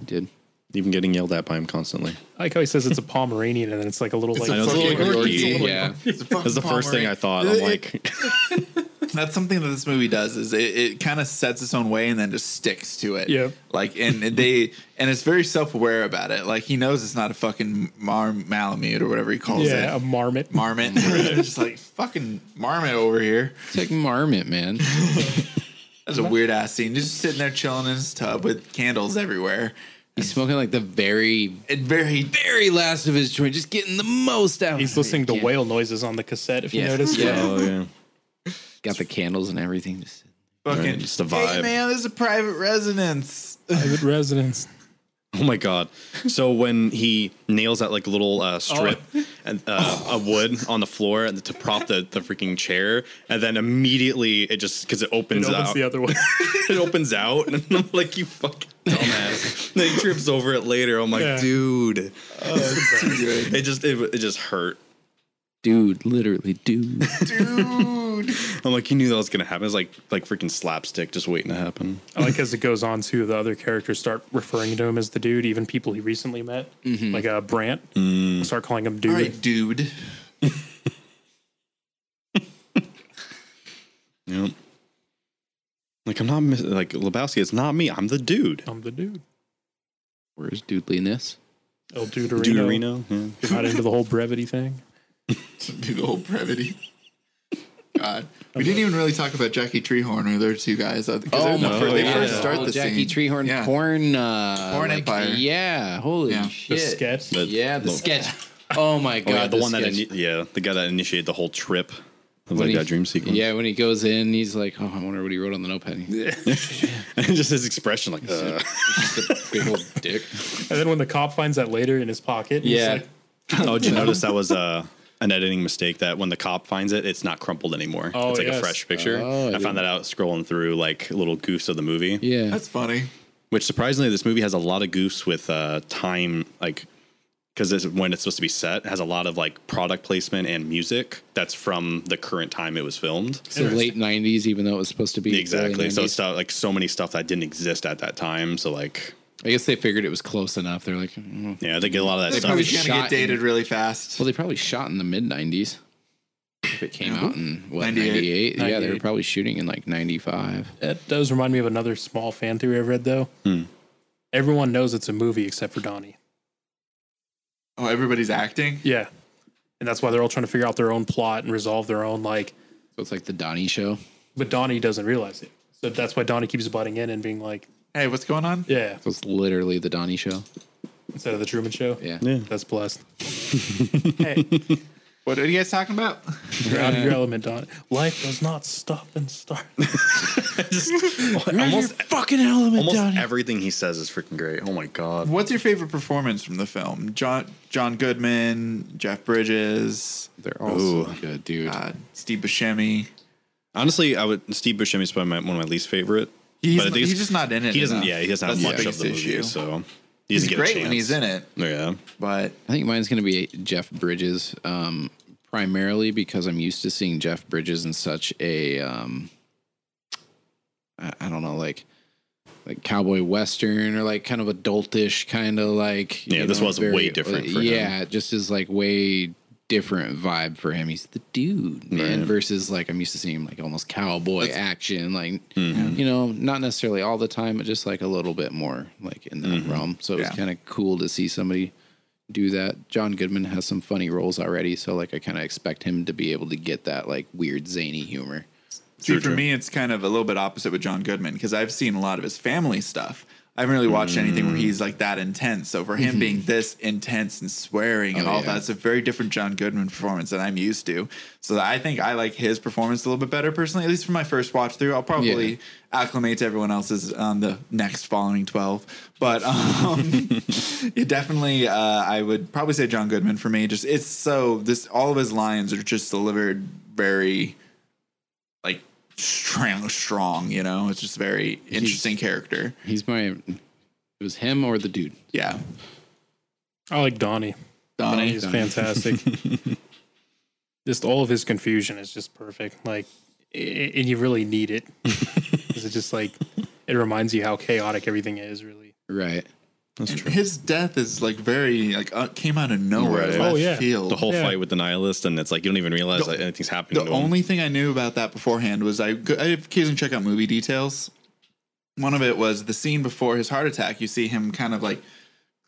[SPEAKER 2] He did.
[SPEAKER 3] even getting yelled at by him constantly.
[SPEAKER 4] I like how he says it's a Pomeranian, and then it's like a little like
[SPEAKER 3] I know, it's a
[SPEAKER 1] fucking
[SPEAKER 3] little
[SPEAKER 1] Yorkie.
[SPEAKER 3] Yorkie.
[SPEAKER 1] It's a little-
[SPEAKER 2] Yeah.
[SPEAKER 1] it's a fucking
[SPEAKER 3] That's the first thing I
[SPEAKER 1] Pomeranian.
[SPEAKER 3] thought. I'm like,
[SPEAKER 1] That's something that this movie does is it, it kind of sets its own way and then just sticks to it.
[SPEAKER 4] Yeah.
[SPEAKER 1] Like and and they and it's very self aware about it. Like he knows it's not a fucking mar malamute or whatever he calls
[SPEAKER 4] yeah, a
[SPEAKER 1] it.
[SPEAKER 4] marmot.
[SPEAKER 1] Marmot. just like fucking marmot over here.
[SPEAKER 2] It's like marmot, man.
[SPEAKER 1] That's a weird ass scene. Just sitting there chilling in his tub with candles everywhere.
[SPEAKER 2] He's smoking like the very,
[SPEAKER 1] It very
[SPEAKER 2] very last of his joint, just getting the most out.
[SPEAKER 4] He's
[SPEAKER 2] of it.
[SPEAKER 4] listening to
[SPEAKER 2] Yeah.
[SPEAKER 4] whale noises on the cassette. If you
[SPEAKER 2] Yeah.
[SPEAKER 4] notice,
[SPEAKER 2] Yeah.
[SPEAKER 3] oh yeah,
[SPEAKER 2] Got the candles and everything. Just
[SPEAKER 1] fucking
[SPEAKER 3] Right, just the
[SPEAKER 1] Hey
[SPEAKER 3] vibe.
[SPEAKER 1] man, this is a private residence.
[SPEAKER 4] private residence.
[SPEAKER 3] oh my god. So when he nails that like little uh, strip and uh, a wood on the floor and to prop the, the freaking chair, and then immediately it just because it
[SPEAKER 4] It
[SPEAKER 3] opens,
[SPEAKER 4] opens
[SPEAKER 3] out.
[SPEAKER 4] the other way.
[SPEAKER 3] it opens out, and I'm like, you fucking dumbass. then he trips over it later. I'm like,
[SPEAKER 4] Yeah.
[SPEAKER 3] dude. It just it, it just hurt.
[SPEAKER 2] dude, literally, dude.
[SPEAKER 1] Dude.
[SPEAKER 3] I'm like, you knew that was gonna happen. It's like like freaking slapstick, just waiting to happen.
[SPEAKER 4] I like as it goes on too. The other characters start referring to him as the dude. Even people he recently met, like uh, Brant,
[SPEAKER 2] Mm.
[SPEAKER 4] start calling him dude.
[SPEAKER 1] All Mm-hmm. right, dude.
[SPEAKER 3] Yep. Like I'm not miss- like Lebowski. It's not me. I'm the dude.
[SPEAKER 4] I'm the dude.
[SPEAKER 2] Where's dudeliness?
[SPEAKER 4] El Duderino.
[SPEAKER 3] Duderino. Yeah.
[SPEAKER 4] You're not into the whole brevity thing.
[SPEAKER 1] Big old brevity. God, we didn't even really talk about Jackie Treehorn or the other two guys. uh, 'cause they're the
[SPEAKER 3] my
[SPEAKER 1] fir- they
[SPEAKER 3] God.
[SPEAKER 1] first start
[SPEAKER 2] Oh,
[SPEAKER 1] the
[SPEAKER 2] Jackie
[SPEAKER 1] scene.
[SPEAKER 2] Treehorn
[SPEAKER 1] Yeah.
[SPEAKER 2] porn. Uh,
[SPEAKER 1] Porn empire.
[SPEAKER 2] Yeah. Holy
[SPEAKER 1] Yeah. The
[SPEAKER 4] The
[SPEAKER 2] shit.
[SPEAKER 4] sketch.
[SPEAKER 3] But-
[SPEAKER 2] Yeah, the
[SPEAKER 3] Oh,
[SPEAKER 2] sketch. Oh my god,
[SPEAKER 3] yeah, the,
[SPEAKER 2] the
[SPEAKER 3] one that
[SPEAKER 2] sketch.
[SPEAKER 3] ini- yeah, the guy that initiated the whole trip. It
[SPEAKER 2] When
[SPEAKER 3] was like
[SPEAKER 2] he-
[SPEAKER 3] that dream sequence.
[SPEAKER 2] Yeah, when he goes in, he's like, "Oh, I wonder what he wrote on the notepad." He's
[SPEAKER 3] and just his expression, like, uh,
[SPEAKER 2] just a big old dick.
[SPEAKER 4] And then when the cop finds that later in his pocket, he's
[SPEAKER 2] Yeah.
[SPEAKER 4] like,
[SPEAKER 3] oh, did you notice that was uh, an editing mistake? That when the cop finds it, it's not crumpled anymore.
[SPEAKER 4] Oh,
[SPEAKER 3] it's like
[SPEAKER 4] yes.
[SPEAKER 3] a fresh picture.
[SPEAKER 2] Oh, I
[SPEAKER 3] I
[SPEAKER 2] didn't-
[SPEAKER 3] found that out scrolling through like little goofs of the movie.
[SPEAKER 2] Yeah.
[SPEAKER 1] That's funny.
[SPEAKER 3] Which surprisingly, this movie has a lot of goofs with uh, time, like because it's when it's supposed to be set. It has a lot of like product placement and music that's from the current time it was filmed.
[SPEAKER 2] so late '90s, even though it was supposed to be early
[SPEAKER 3] Exactly. So
[SPEAKER 2] 90s.
[SPEAKER 3] stuff like so many stuff that didn't exist at that time. So like,
[SPEAKER 2] I guess they figured it was close enough. They're like, mm.
[SPEAKER 3] yeah, they get a lot of that
[SPEAKER 1] This
[SPEAKER 3] stuff.
[SPEAKER 1] movie's gonna
[SPEAKER 2] shot
[SPEAKER 1] get dated really fast.
[SPEAKER 2] well, they probably shot in the mid '90s. If it came out in what
[SPEAKER 1] 98.
[SPEAKER 2] '98, yeah, they were
[SPEAKER 4] 98.
[SPEAKER 2] probably shooting in like '95.
[SPEAKER 4] That does remind me of another small fan theory I've read though.
[SPEAKER 2] Hmm.
[SPEAKER 4] Everyone knows it's a movie except for Donnie.
[SPEAKER 1] Oh, everybody's acting.
[SPEAKER 4] Yeah. And that's why they're all trying to figure out their own plot and resolve their own like
[SPEAKER 2] So it's like the Donnie show.
[SPEAKER 4] but Donnie doesn't realize it. So that's why Donnie keeps butting in and being like,
[SPEAKER 1] Hey, what's going on?
[SPEAKER 4] Yeah,
[SPEAKER 2] So it's literally the Donnie show.
[SPEAKER 4] instead of the Truman show.
[SPEAKER 2] Yeah.
[SPEAKER 4] That's blessed.
[SPEAKER 1] What are you guys talking about?
[SPEAKER 4] You're out of your element, Donnie. Life does not stop and start.
[SPEAKER 3] almost
[SPEAKER 2] fucking element,
[SPEAKER 3] almost everything he says is freaking great. Oh my god.
[SPEAKER 1] What's your favorite performance from the film? John John Goodman, Jeff Bridges,
[SPEAKER 2] They're all so
[SPEAKER 3] Ooh.
[SPEAKER 2] good, dude.
[SPEAKER 1] uh, Steve Buscemi.
[SPEAKER 3] Honestly, I would Steve Buscemi's probably my, one of my least favorite.
[SPEAKER 1] He's,
[SPEAKER 3] but I
[SPEAKER 1] not,
[SPEAKER 3] think
[SPEAKER 1] he's just not in it.
[SPEAKER 3] he doesn't.
[SPEAKER 1] enough.
[SPEAKER 3] Yeah, he doesn't
[SPEAKER 1] That's
[SPEAKER 3] have
[SPEAKER 1] the
[SPEAKER 3] much
[SPEAKER 1] biggest
[SPEAKER 3] of the movie,
[SPEAKER 1] issue.
[SPEAKER 3] so he
[SPEAKER 1] he's
[SPEAKER 3] doesn't get a
[SPEAKER 1] great when
[SPEAKER 3] chance.
[SPEAKER 1] he's in it,
[SPEAKER 3] Yeah.
[SPEAKER 1] but
[SPEAKER 2] I think mine's going to be Jeff Bridges, um, primarily because I'm used to seeing Jeff Bridges in such a, um, I, I don't know, like like cowboy western or like kind of adultish kind of like.
[SPEAKER 3] Yeah,
[SPEAKER 2] you uh,
[SPEAKER 3] this was way different for him.
[SPEAKER 2] Yeah, it just is like way different vibe for him. He's the dude, man.
[SPEAKER 3] Right.
[SPEAKER 2] Versus like I'm used to seeing him like almost cowboy action, like
[SPEAKER 3] Mm-hmm.
[SPEAKER 2] you know, not necessarily
[SPEAKER 3] Mm-hmm.
[SPEAKER 2] all the time, but just like a little bit more like in that realm. So it was
[SPEAKER 1] Yeah.
[SPEAKER 2] kind of cool to see somebody do that. John Goodman has some funny roles already, so like I kind of expect him to be able to get that like weird zany humor.
[SPEAKER 1] See, for me, it's kind of a little bit opposite with John Goodman because I've seen a lot of his family stuff. I haven't really watched anything where he's like that intense. So for him being this intense and swearing and
[SPEAKER 2] Mm-hmm. Oh,
[SPEAKER 1] all
[SPEAKER 2] yeah.
[SPEAKER 1] that, it's a very different John Goodman performance than I'm used to. So I think I like his performance a little bit better personally, at least for my first watch through. I'll probably
[SPEAKER 2] Yeah.
[SPEAKER 1] acclimate to everyone else's on the next following 12. But um, it definitely, uh, I would probably say John Goodman for me. Just it's so this, all of his lines are just delivered very like strong, strong. You know, it's just very interesting character.
[SPEAKER 2] He's my it was him or the dude.
[SPEAKER 1] Yeah,
[SPEAKER 4] I like Donnie.
[SPEAKER 1] Donnie.
[SPEAKER 4] Donnie's fantastic. just all of his confusion is just perfect. Like, i- i- and you really need it because it just like it reminds you how chaotic everything is. Really,
[SPEAKER 2] Right.
[SPEAKER 3] That's
[SPEAKER 1] And
[SPEAKER 3] true.
[SPEAKER 1] his death is like very like uh, came out of nowhere.
[SPEAKER 3] Right.
[SPEAKER 1] Oh
[SPEAKER 4] Oh, yeah.
[SPEAKER 1] yeah, field.
[SPEAKER 3] The whole
[SPEAKER 4] Yeah.
[SPEAKER 3] fight with the nihilist, and it's like you don't even realize
[SPEAKER 1] The-
[SPEAKER 3] that anything's happening.
[SPEAKER 1] the
[SPEAKER 3] to him.
[SPEAKER 1] only thing I knew about that beforehand was I go- I occasionally check out movie details. One of it was the scene before his heart attack. You see him kind of like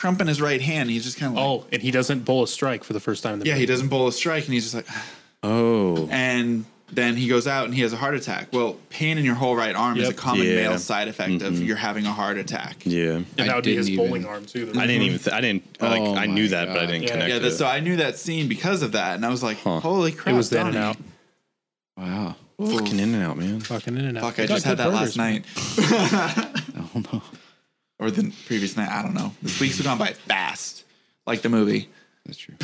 [SPEAKER 1] crumping his right hand. He's just kind of like,
[SPEAKER 4] oh, and he doesn't bowl a strike for the first time. In the
[SPEAKER 1] yeah,
[SPEAKER 4] movie.
[SPEAKER 1] he doesn't bowl a strike, and he's just like.
[SPEAKER 3] oh,
[SPEAKER 1] and then he goes out and he has a heart attack. Well, pain in your whole right arm is a
[SPEAKER 4] Yep.
[SPEAKER 1] common
[SPEAKER 3] Yeah.
[SPEAKER 1] male side effect of you're having a heart attack. Yeah,
[SPEAKER 3] yeah.
[SPEAKER 4] And
[SPEAKER 2] I
[SPEAKER 4] that would be
[SPEAKER 2] didn't
[SPEAKER 4] his bowling
[SPEAKER 2] even-
[SPEAKER 4] arm too.
[SPEAKER 3] I didn't even. Th- I didn't. Like,
[SPEAKER 2] Oh
[SPEAKER 3] I knew
[SPEAKER 2] my
[SPEAKER 3] that, but I
[SPEAKER 2] God.
[SPEAKER 3] didn't
[SPEAKER 4] Yeah.
[SPEAKER 3] connect.
[SPEAKER 4] Yeah,
[SPEAKER 3] Yeah,
[SPEAKER 1] that's, so I knew that scene because of that, and I was like, "Holy crap!"
[SPEAKER 4] it was then and
[SPEAKER 1] Donnie.
[SPEAKER 4] out.
[SPEAKER 2] Wow.
[SPEAKER 3] fucking in and out, man.
[SPEAKER 4] Fucking in and out.
[SPEAKER 1] Fuck, I
[SPEAKER 4] They got
[SPEAKER 1] just had
[SPEAKER 4] good
[SPEAKER 1] that last
[SPEAKER 4] burgers, man.
[SPEAKER 1] night,
[SPEAKER 2] Oh no.
[SPEAKER 1] or the previous night. I don't know. This week's gone by fast, like the movie.
[SPEAKER 2] That's true.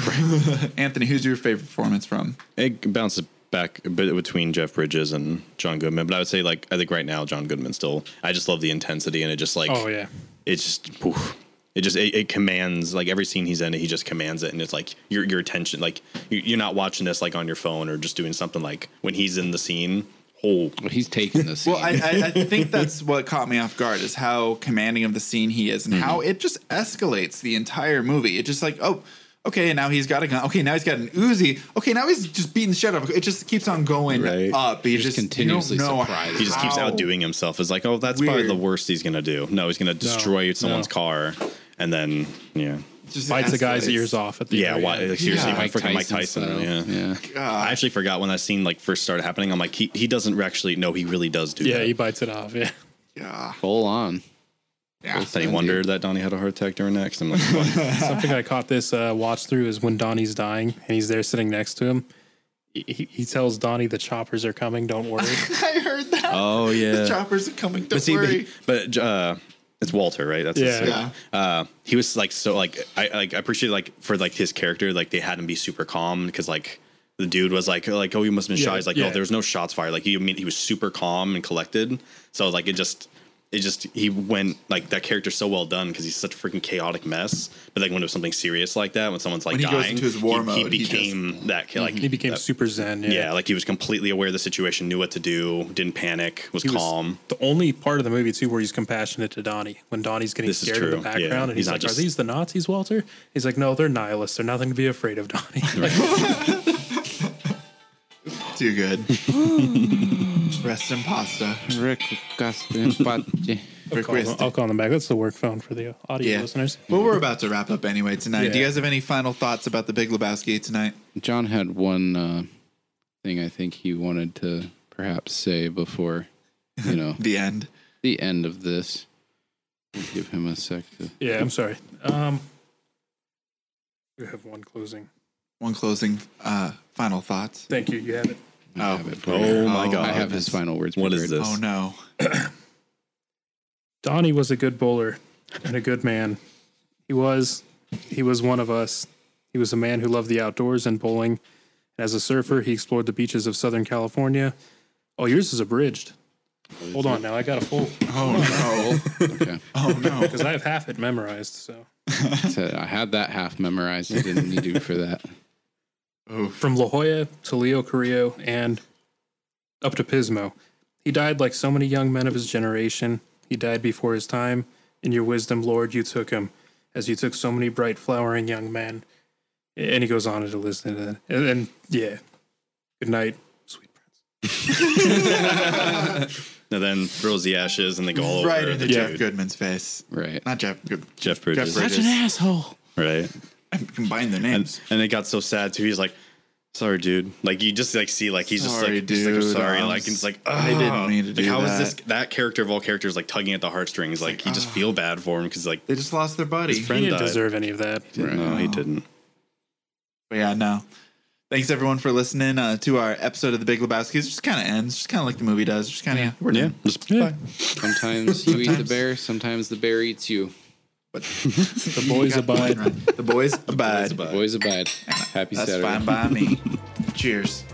[SPEAKER 1] Anthony, who's your favorite performance from?
[SPEAKER 3] It bounces back a bit between Jeff Bridges and John Goodman, but I would say like I think right now John Goodman still. I just love the intensity, and it just like
[SPEAKER 4] Oh yeah.
[SPEAKER 3] it's just poof. it just it, it commands like every scene he's in he just commands it and it's like your your attention like you, you're not watching this like on your phone or just doing something like when he's in the scene whole
[SPEAKER 2] Well, he's taking this.
[SPEAKER 1] Well, I, I, I think that's what caught me off guard is how commanding of the scene he is and
[SPEAKER 3] Mm-hmm.
[SPEAKER 1] how it just escalates the entire movie. It just like, oh, okay, now he's got a gun. Okay, now he's got an Uzi. Okay, now he's just beating the shit out of. It just keeps on going
[SPEAKER 3] Right.
[SPEAKER 1] up. He just,
[SPEAKER 2] continuously
[SPEAKER 1] continuously know
[SPEAKER 2] surprised.
[SPEAKER 3] he just keeps
[SPEAKER 1] how-
[SPEAKER 3] outdoing himself it's like oh that's probably
[SPEAKER 1] Weird.
[SPEAKER 3] the worst he's gonna do no he's gonna destroy
[SPEAKER 4] No.
[SPEAKER 3] someone's car and then yeah
[SPEAKER 1] just
[SPEAKER 4] Bites the guy's
[SPEAKER 1] escalates.
[SPEAKER 4] ears off at the
[SPEAKER 3] yeah,
[SPEAKER 4] very
[SPEAKER 3] why,
[SPEAKER 4] end.
[SPEAKER 3] like, seriously
[SPEAKER 1] Yeah.
[SPEAKER 3] Mike, freaking Mike Tyson,
[SPEAKER 2] style.
[SPEAKER 3] yeah.
[SPEAKER 2] yeah.
[SPEAKER 3] I actually forgot when that scene like first started happening I'm like he, he doesn't actually no he really does do
[SPEAKER 4] Yeah,
[SPEAKER 3] that
[SPEAKER 4] he bites it off. Yeah.
[SPEAKER 1] Yeah.
[SPEAKER 2] Full on.
[SPEAKER 1] Yeah.
[SPEAKER 3] then he wondered that Donnie had a heart attack during next I'm like fuck.
[SPEAKER 4] Something I caught this uh, watch through is when Donnie's dying and he's there sitting next to him. He- He, he tells Donnie the choppers are coming. Don't worry.
[SPEAKER 1] I heard that.
[SPEAKER 3] oh yeah
[SPEAKER 1] The choppers are coming. Don't
[SPEAKER 3] but see,
[SPEAKER 1] worry.
[SPEAKER 3] but, but uh, it's Walter, right? That's his
[SPEAKER 4] Yeah.
[SPEAKER 3] name. Uh, he was like so like I like I appreciate like for like his character like they had him be super calm because like the dude was like like oh you must have been shot.
[SPEAKER 4] Yeah,
[SPEAKER 3] He's like
[SPEAKER 4] yeah.
[SPEAKER 3] no, there was no shots fired. Like he I mean he was super calm and collected. So like it just it just he went like that character's so well done because he's such a freaking chaotic mess. But like when it was something serious like that, when someone's like
[SPEAKER 1] When he goes
[SPEAKER 3] dying,
[SPEAKER 1] into his war
[SPEAKER 3] he, he
[SPEAKER 1] mode, he just-
[SPEAKER 3] became that like
[SPEAKER 4] Mm-hmm. he became super zen. Yeah.
[SPEAKER 3] yeah, like he was completely aware of the situation, knew what to do, didn't panic, was
[SPEAKER 4] He was
[SPEAKER 3] calm.
[SPEAKER 4] the only part of the movie too where he's compassionate to Donnie when Donnie's getting
[SPEAKER 3] This is
[SPEAKER 4] scared in
[SPEAKER 3] true.
[SPEAKER 4] the
[SPEAKER 3] Yeah.
[SPEAKER 4] background and
[SPEAKER 3] He's
[SPEAKER 4] he's,
[SPEAKER 3] not
[SPEAKER 4] like,
[SPEAKER 3] just-
[SPEAKER 4] "Are these the Nazis, Walter?" He's like, "No, they're nihilists. They're nothing to be afraid of, Donnie."
[SPEAKER 1] Too good. Rest in pasta.
[SPEAKER 2] Rick Gaston
[SPEAKER 4] I'll, call them,
[SPEAKER 1] Request.
[SPEAKER 4] I'll call them back. That's the work phone for the audio
[SPEAKER 1] Yeah.
[SPEAKER 4] listeners.
[SPEAKER 1] Well, we're about to wrap up anyway tonight. Do you
[SPEAKER 4] Yeah.
[SPEAKER 1] guys have any final thoughts about the Big Lebowski tonight?
[SPEAKER 2] John had one uh, thing I think he wanted to perhaps say before, you know,
[SPEAKER 1] The end.
[SPEAKER 2] the end of this. We'll give him a sec to.
[SPEAKER 4] Yeah, I'm sorry. Um, you have one closing.
[SPEAKER 1] One closing uh, final thoughts.
[SPEAKER 4] Thank you. You have it.
[SPEAKER 2] I
[SPEAKER 1] Oh.
[SPEAKER 2] have it for you.
[SPEAKER 3] Oh my
[SPEAKER 1] Oh,
[SPEAKER 3] god!
[SPEAKER 2] I have his final words.
[SPEAKER 3] What is
[SPEAKER 2] prepared.
[SPEAKER 3] this?
[SPEAKER 1] Oh no.
[SPEAKER 4] Donnie was a good bowler and a good man. He was. He was one of us. He was a man who loved the outdoors and bowling. As a surfer, he explored the beaches of Southern California. Oh, yours is abridged. Hold on now. I got a full
[SPEAKER 1] Oh no.
[SPEAKER 2] Okay.
[SPEAKER 1] Oh no.
[SPEAKER 4] because I have half it memorized. So
[SPEAKER 2] So I had that half memorized. I didn't need you for that.
[SPEAKER 4] from La Jolla to Leo Carrillo and up to Pismo. He died like so many young men of his generation. He died before his time. In your wisdom, Lord, you took him, as you took so many bright, flowering young men. And he goes on to listen to that. And, and yeah, good night, sweet prince.
[SPEAKER 3] And then throws the ashes and they go all
[SPEAKER 1] right
[SPEAKER 3] over
[SPEAKER 1] into
[SPEAKER 3] the
[SPEAKER 1] Jeff
[SPEAKER 3] dude.
[SPEAKER 1] Goodman's face.
[SPEAKER 2] Right.
[SPEAKER 1] Not Jeff. Good,
[SPEAKER 3] Jeff Bridges.
[SPEAKER 1] Jeff Bridges.
[SPEAKER 2] asshole.
[SPEAKER 3] Right.
[SPEAKER 1] I combined their
[SPEAKER 3] and
[SPEAKER 1] names.
[SPEAKER 3] and it got so sad too. He's like, "Sorry, dude." Like you just like see like he's
[SPEAKER 1] Sorry,
[SPEAKER 3] just like, just like I'm
[SPEAKER 1] dude.
[SPEAKER 3] sorry.
[SPEAKER 1] I'm
[SPEAKER 3] like and it's like
[SPEAKER 1] s- I didn't
[SPEAKER 3] "Ugh."
[SPEAKER 1] mean to
[SPEAKER 3] like,
[SPEAKER 1] do
[SPEAKER 3] how is
[SPEAKER 1] that.
[SPEAKER 3] this that character of all characters like tugging at the heartstrings? Like, you just feel bad for him because like
[SPEAKER 1] they just lost their buddy.
[SPEAKER 3] his
[SPEAKER 4] He
[SPEAKER 3] friend
[SPEAKER 4] didn't
[SPEAKER 3] died.
[SPEAKER 4] deserve any of that.
[SPEAKER 2] Right.
[SPEAKER 3] No, he didn't.
[SPEAKER 1] But yeah, no. Thanks everyone for listening uh, to our episode of The Big Lebowski. It just kind of ends, just kind of like the movie does. Just kind of yeah, we're
[SPEAKER 3] Yeah,
[SPEAKER 1] done.
[SPEAKER 3] just
[SPEAKER 4] Yeah.
[SPEAKER 2] Sometimes you eat the bear, sometimes the bear eats you.
[SPEAKER 1] But
[SPEAKER 4] The boys
[SPEAKER 1] got the point
[SPEAKER 4] abide.
[SPEAKER 1] right. The boys abide.
[SPEAKER 2] Boys abide. Happy
[SPEAKER 1] That's
[SPEAKER 2] Saturday.
[SPEAKER 1] fine by me. Cheers.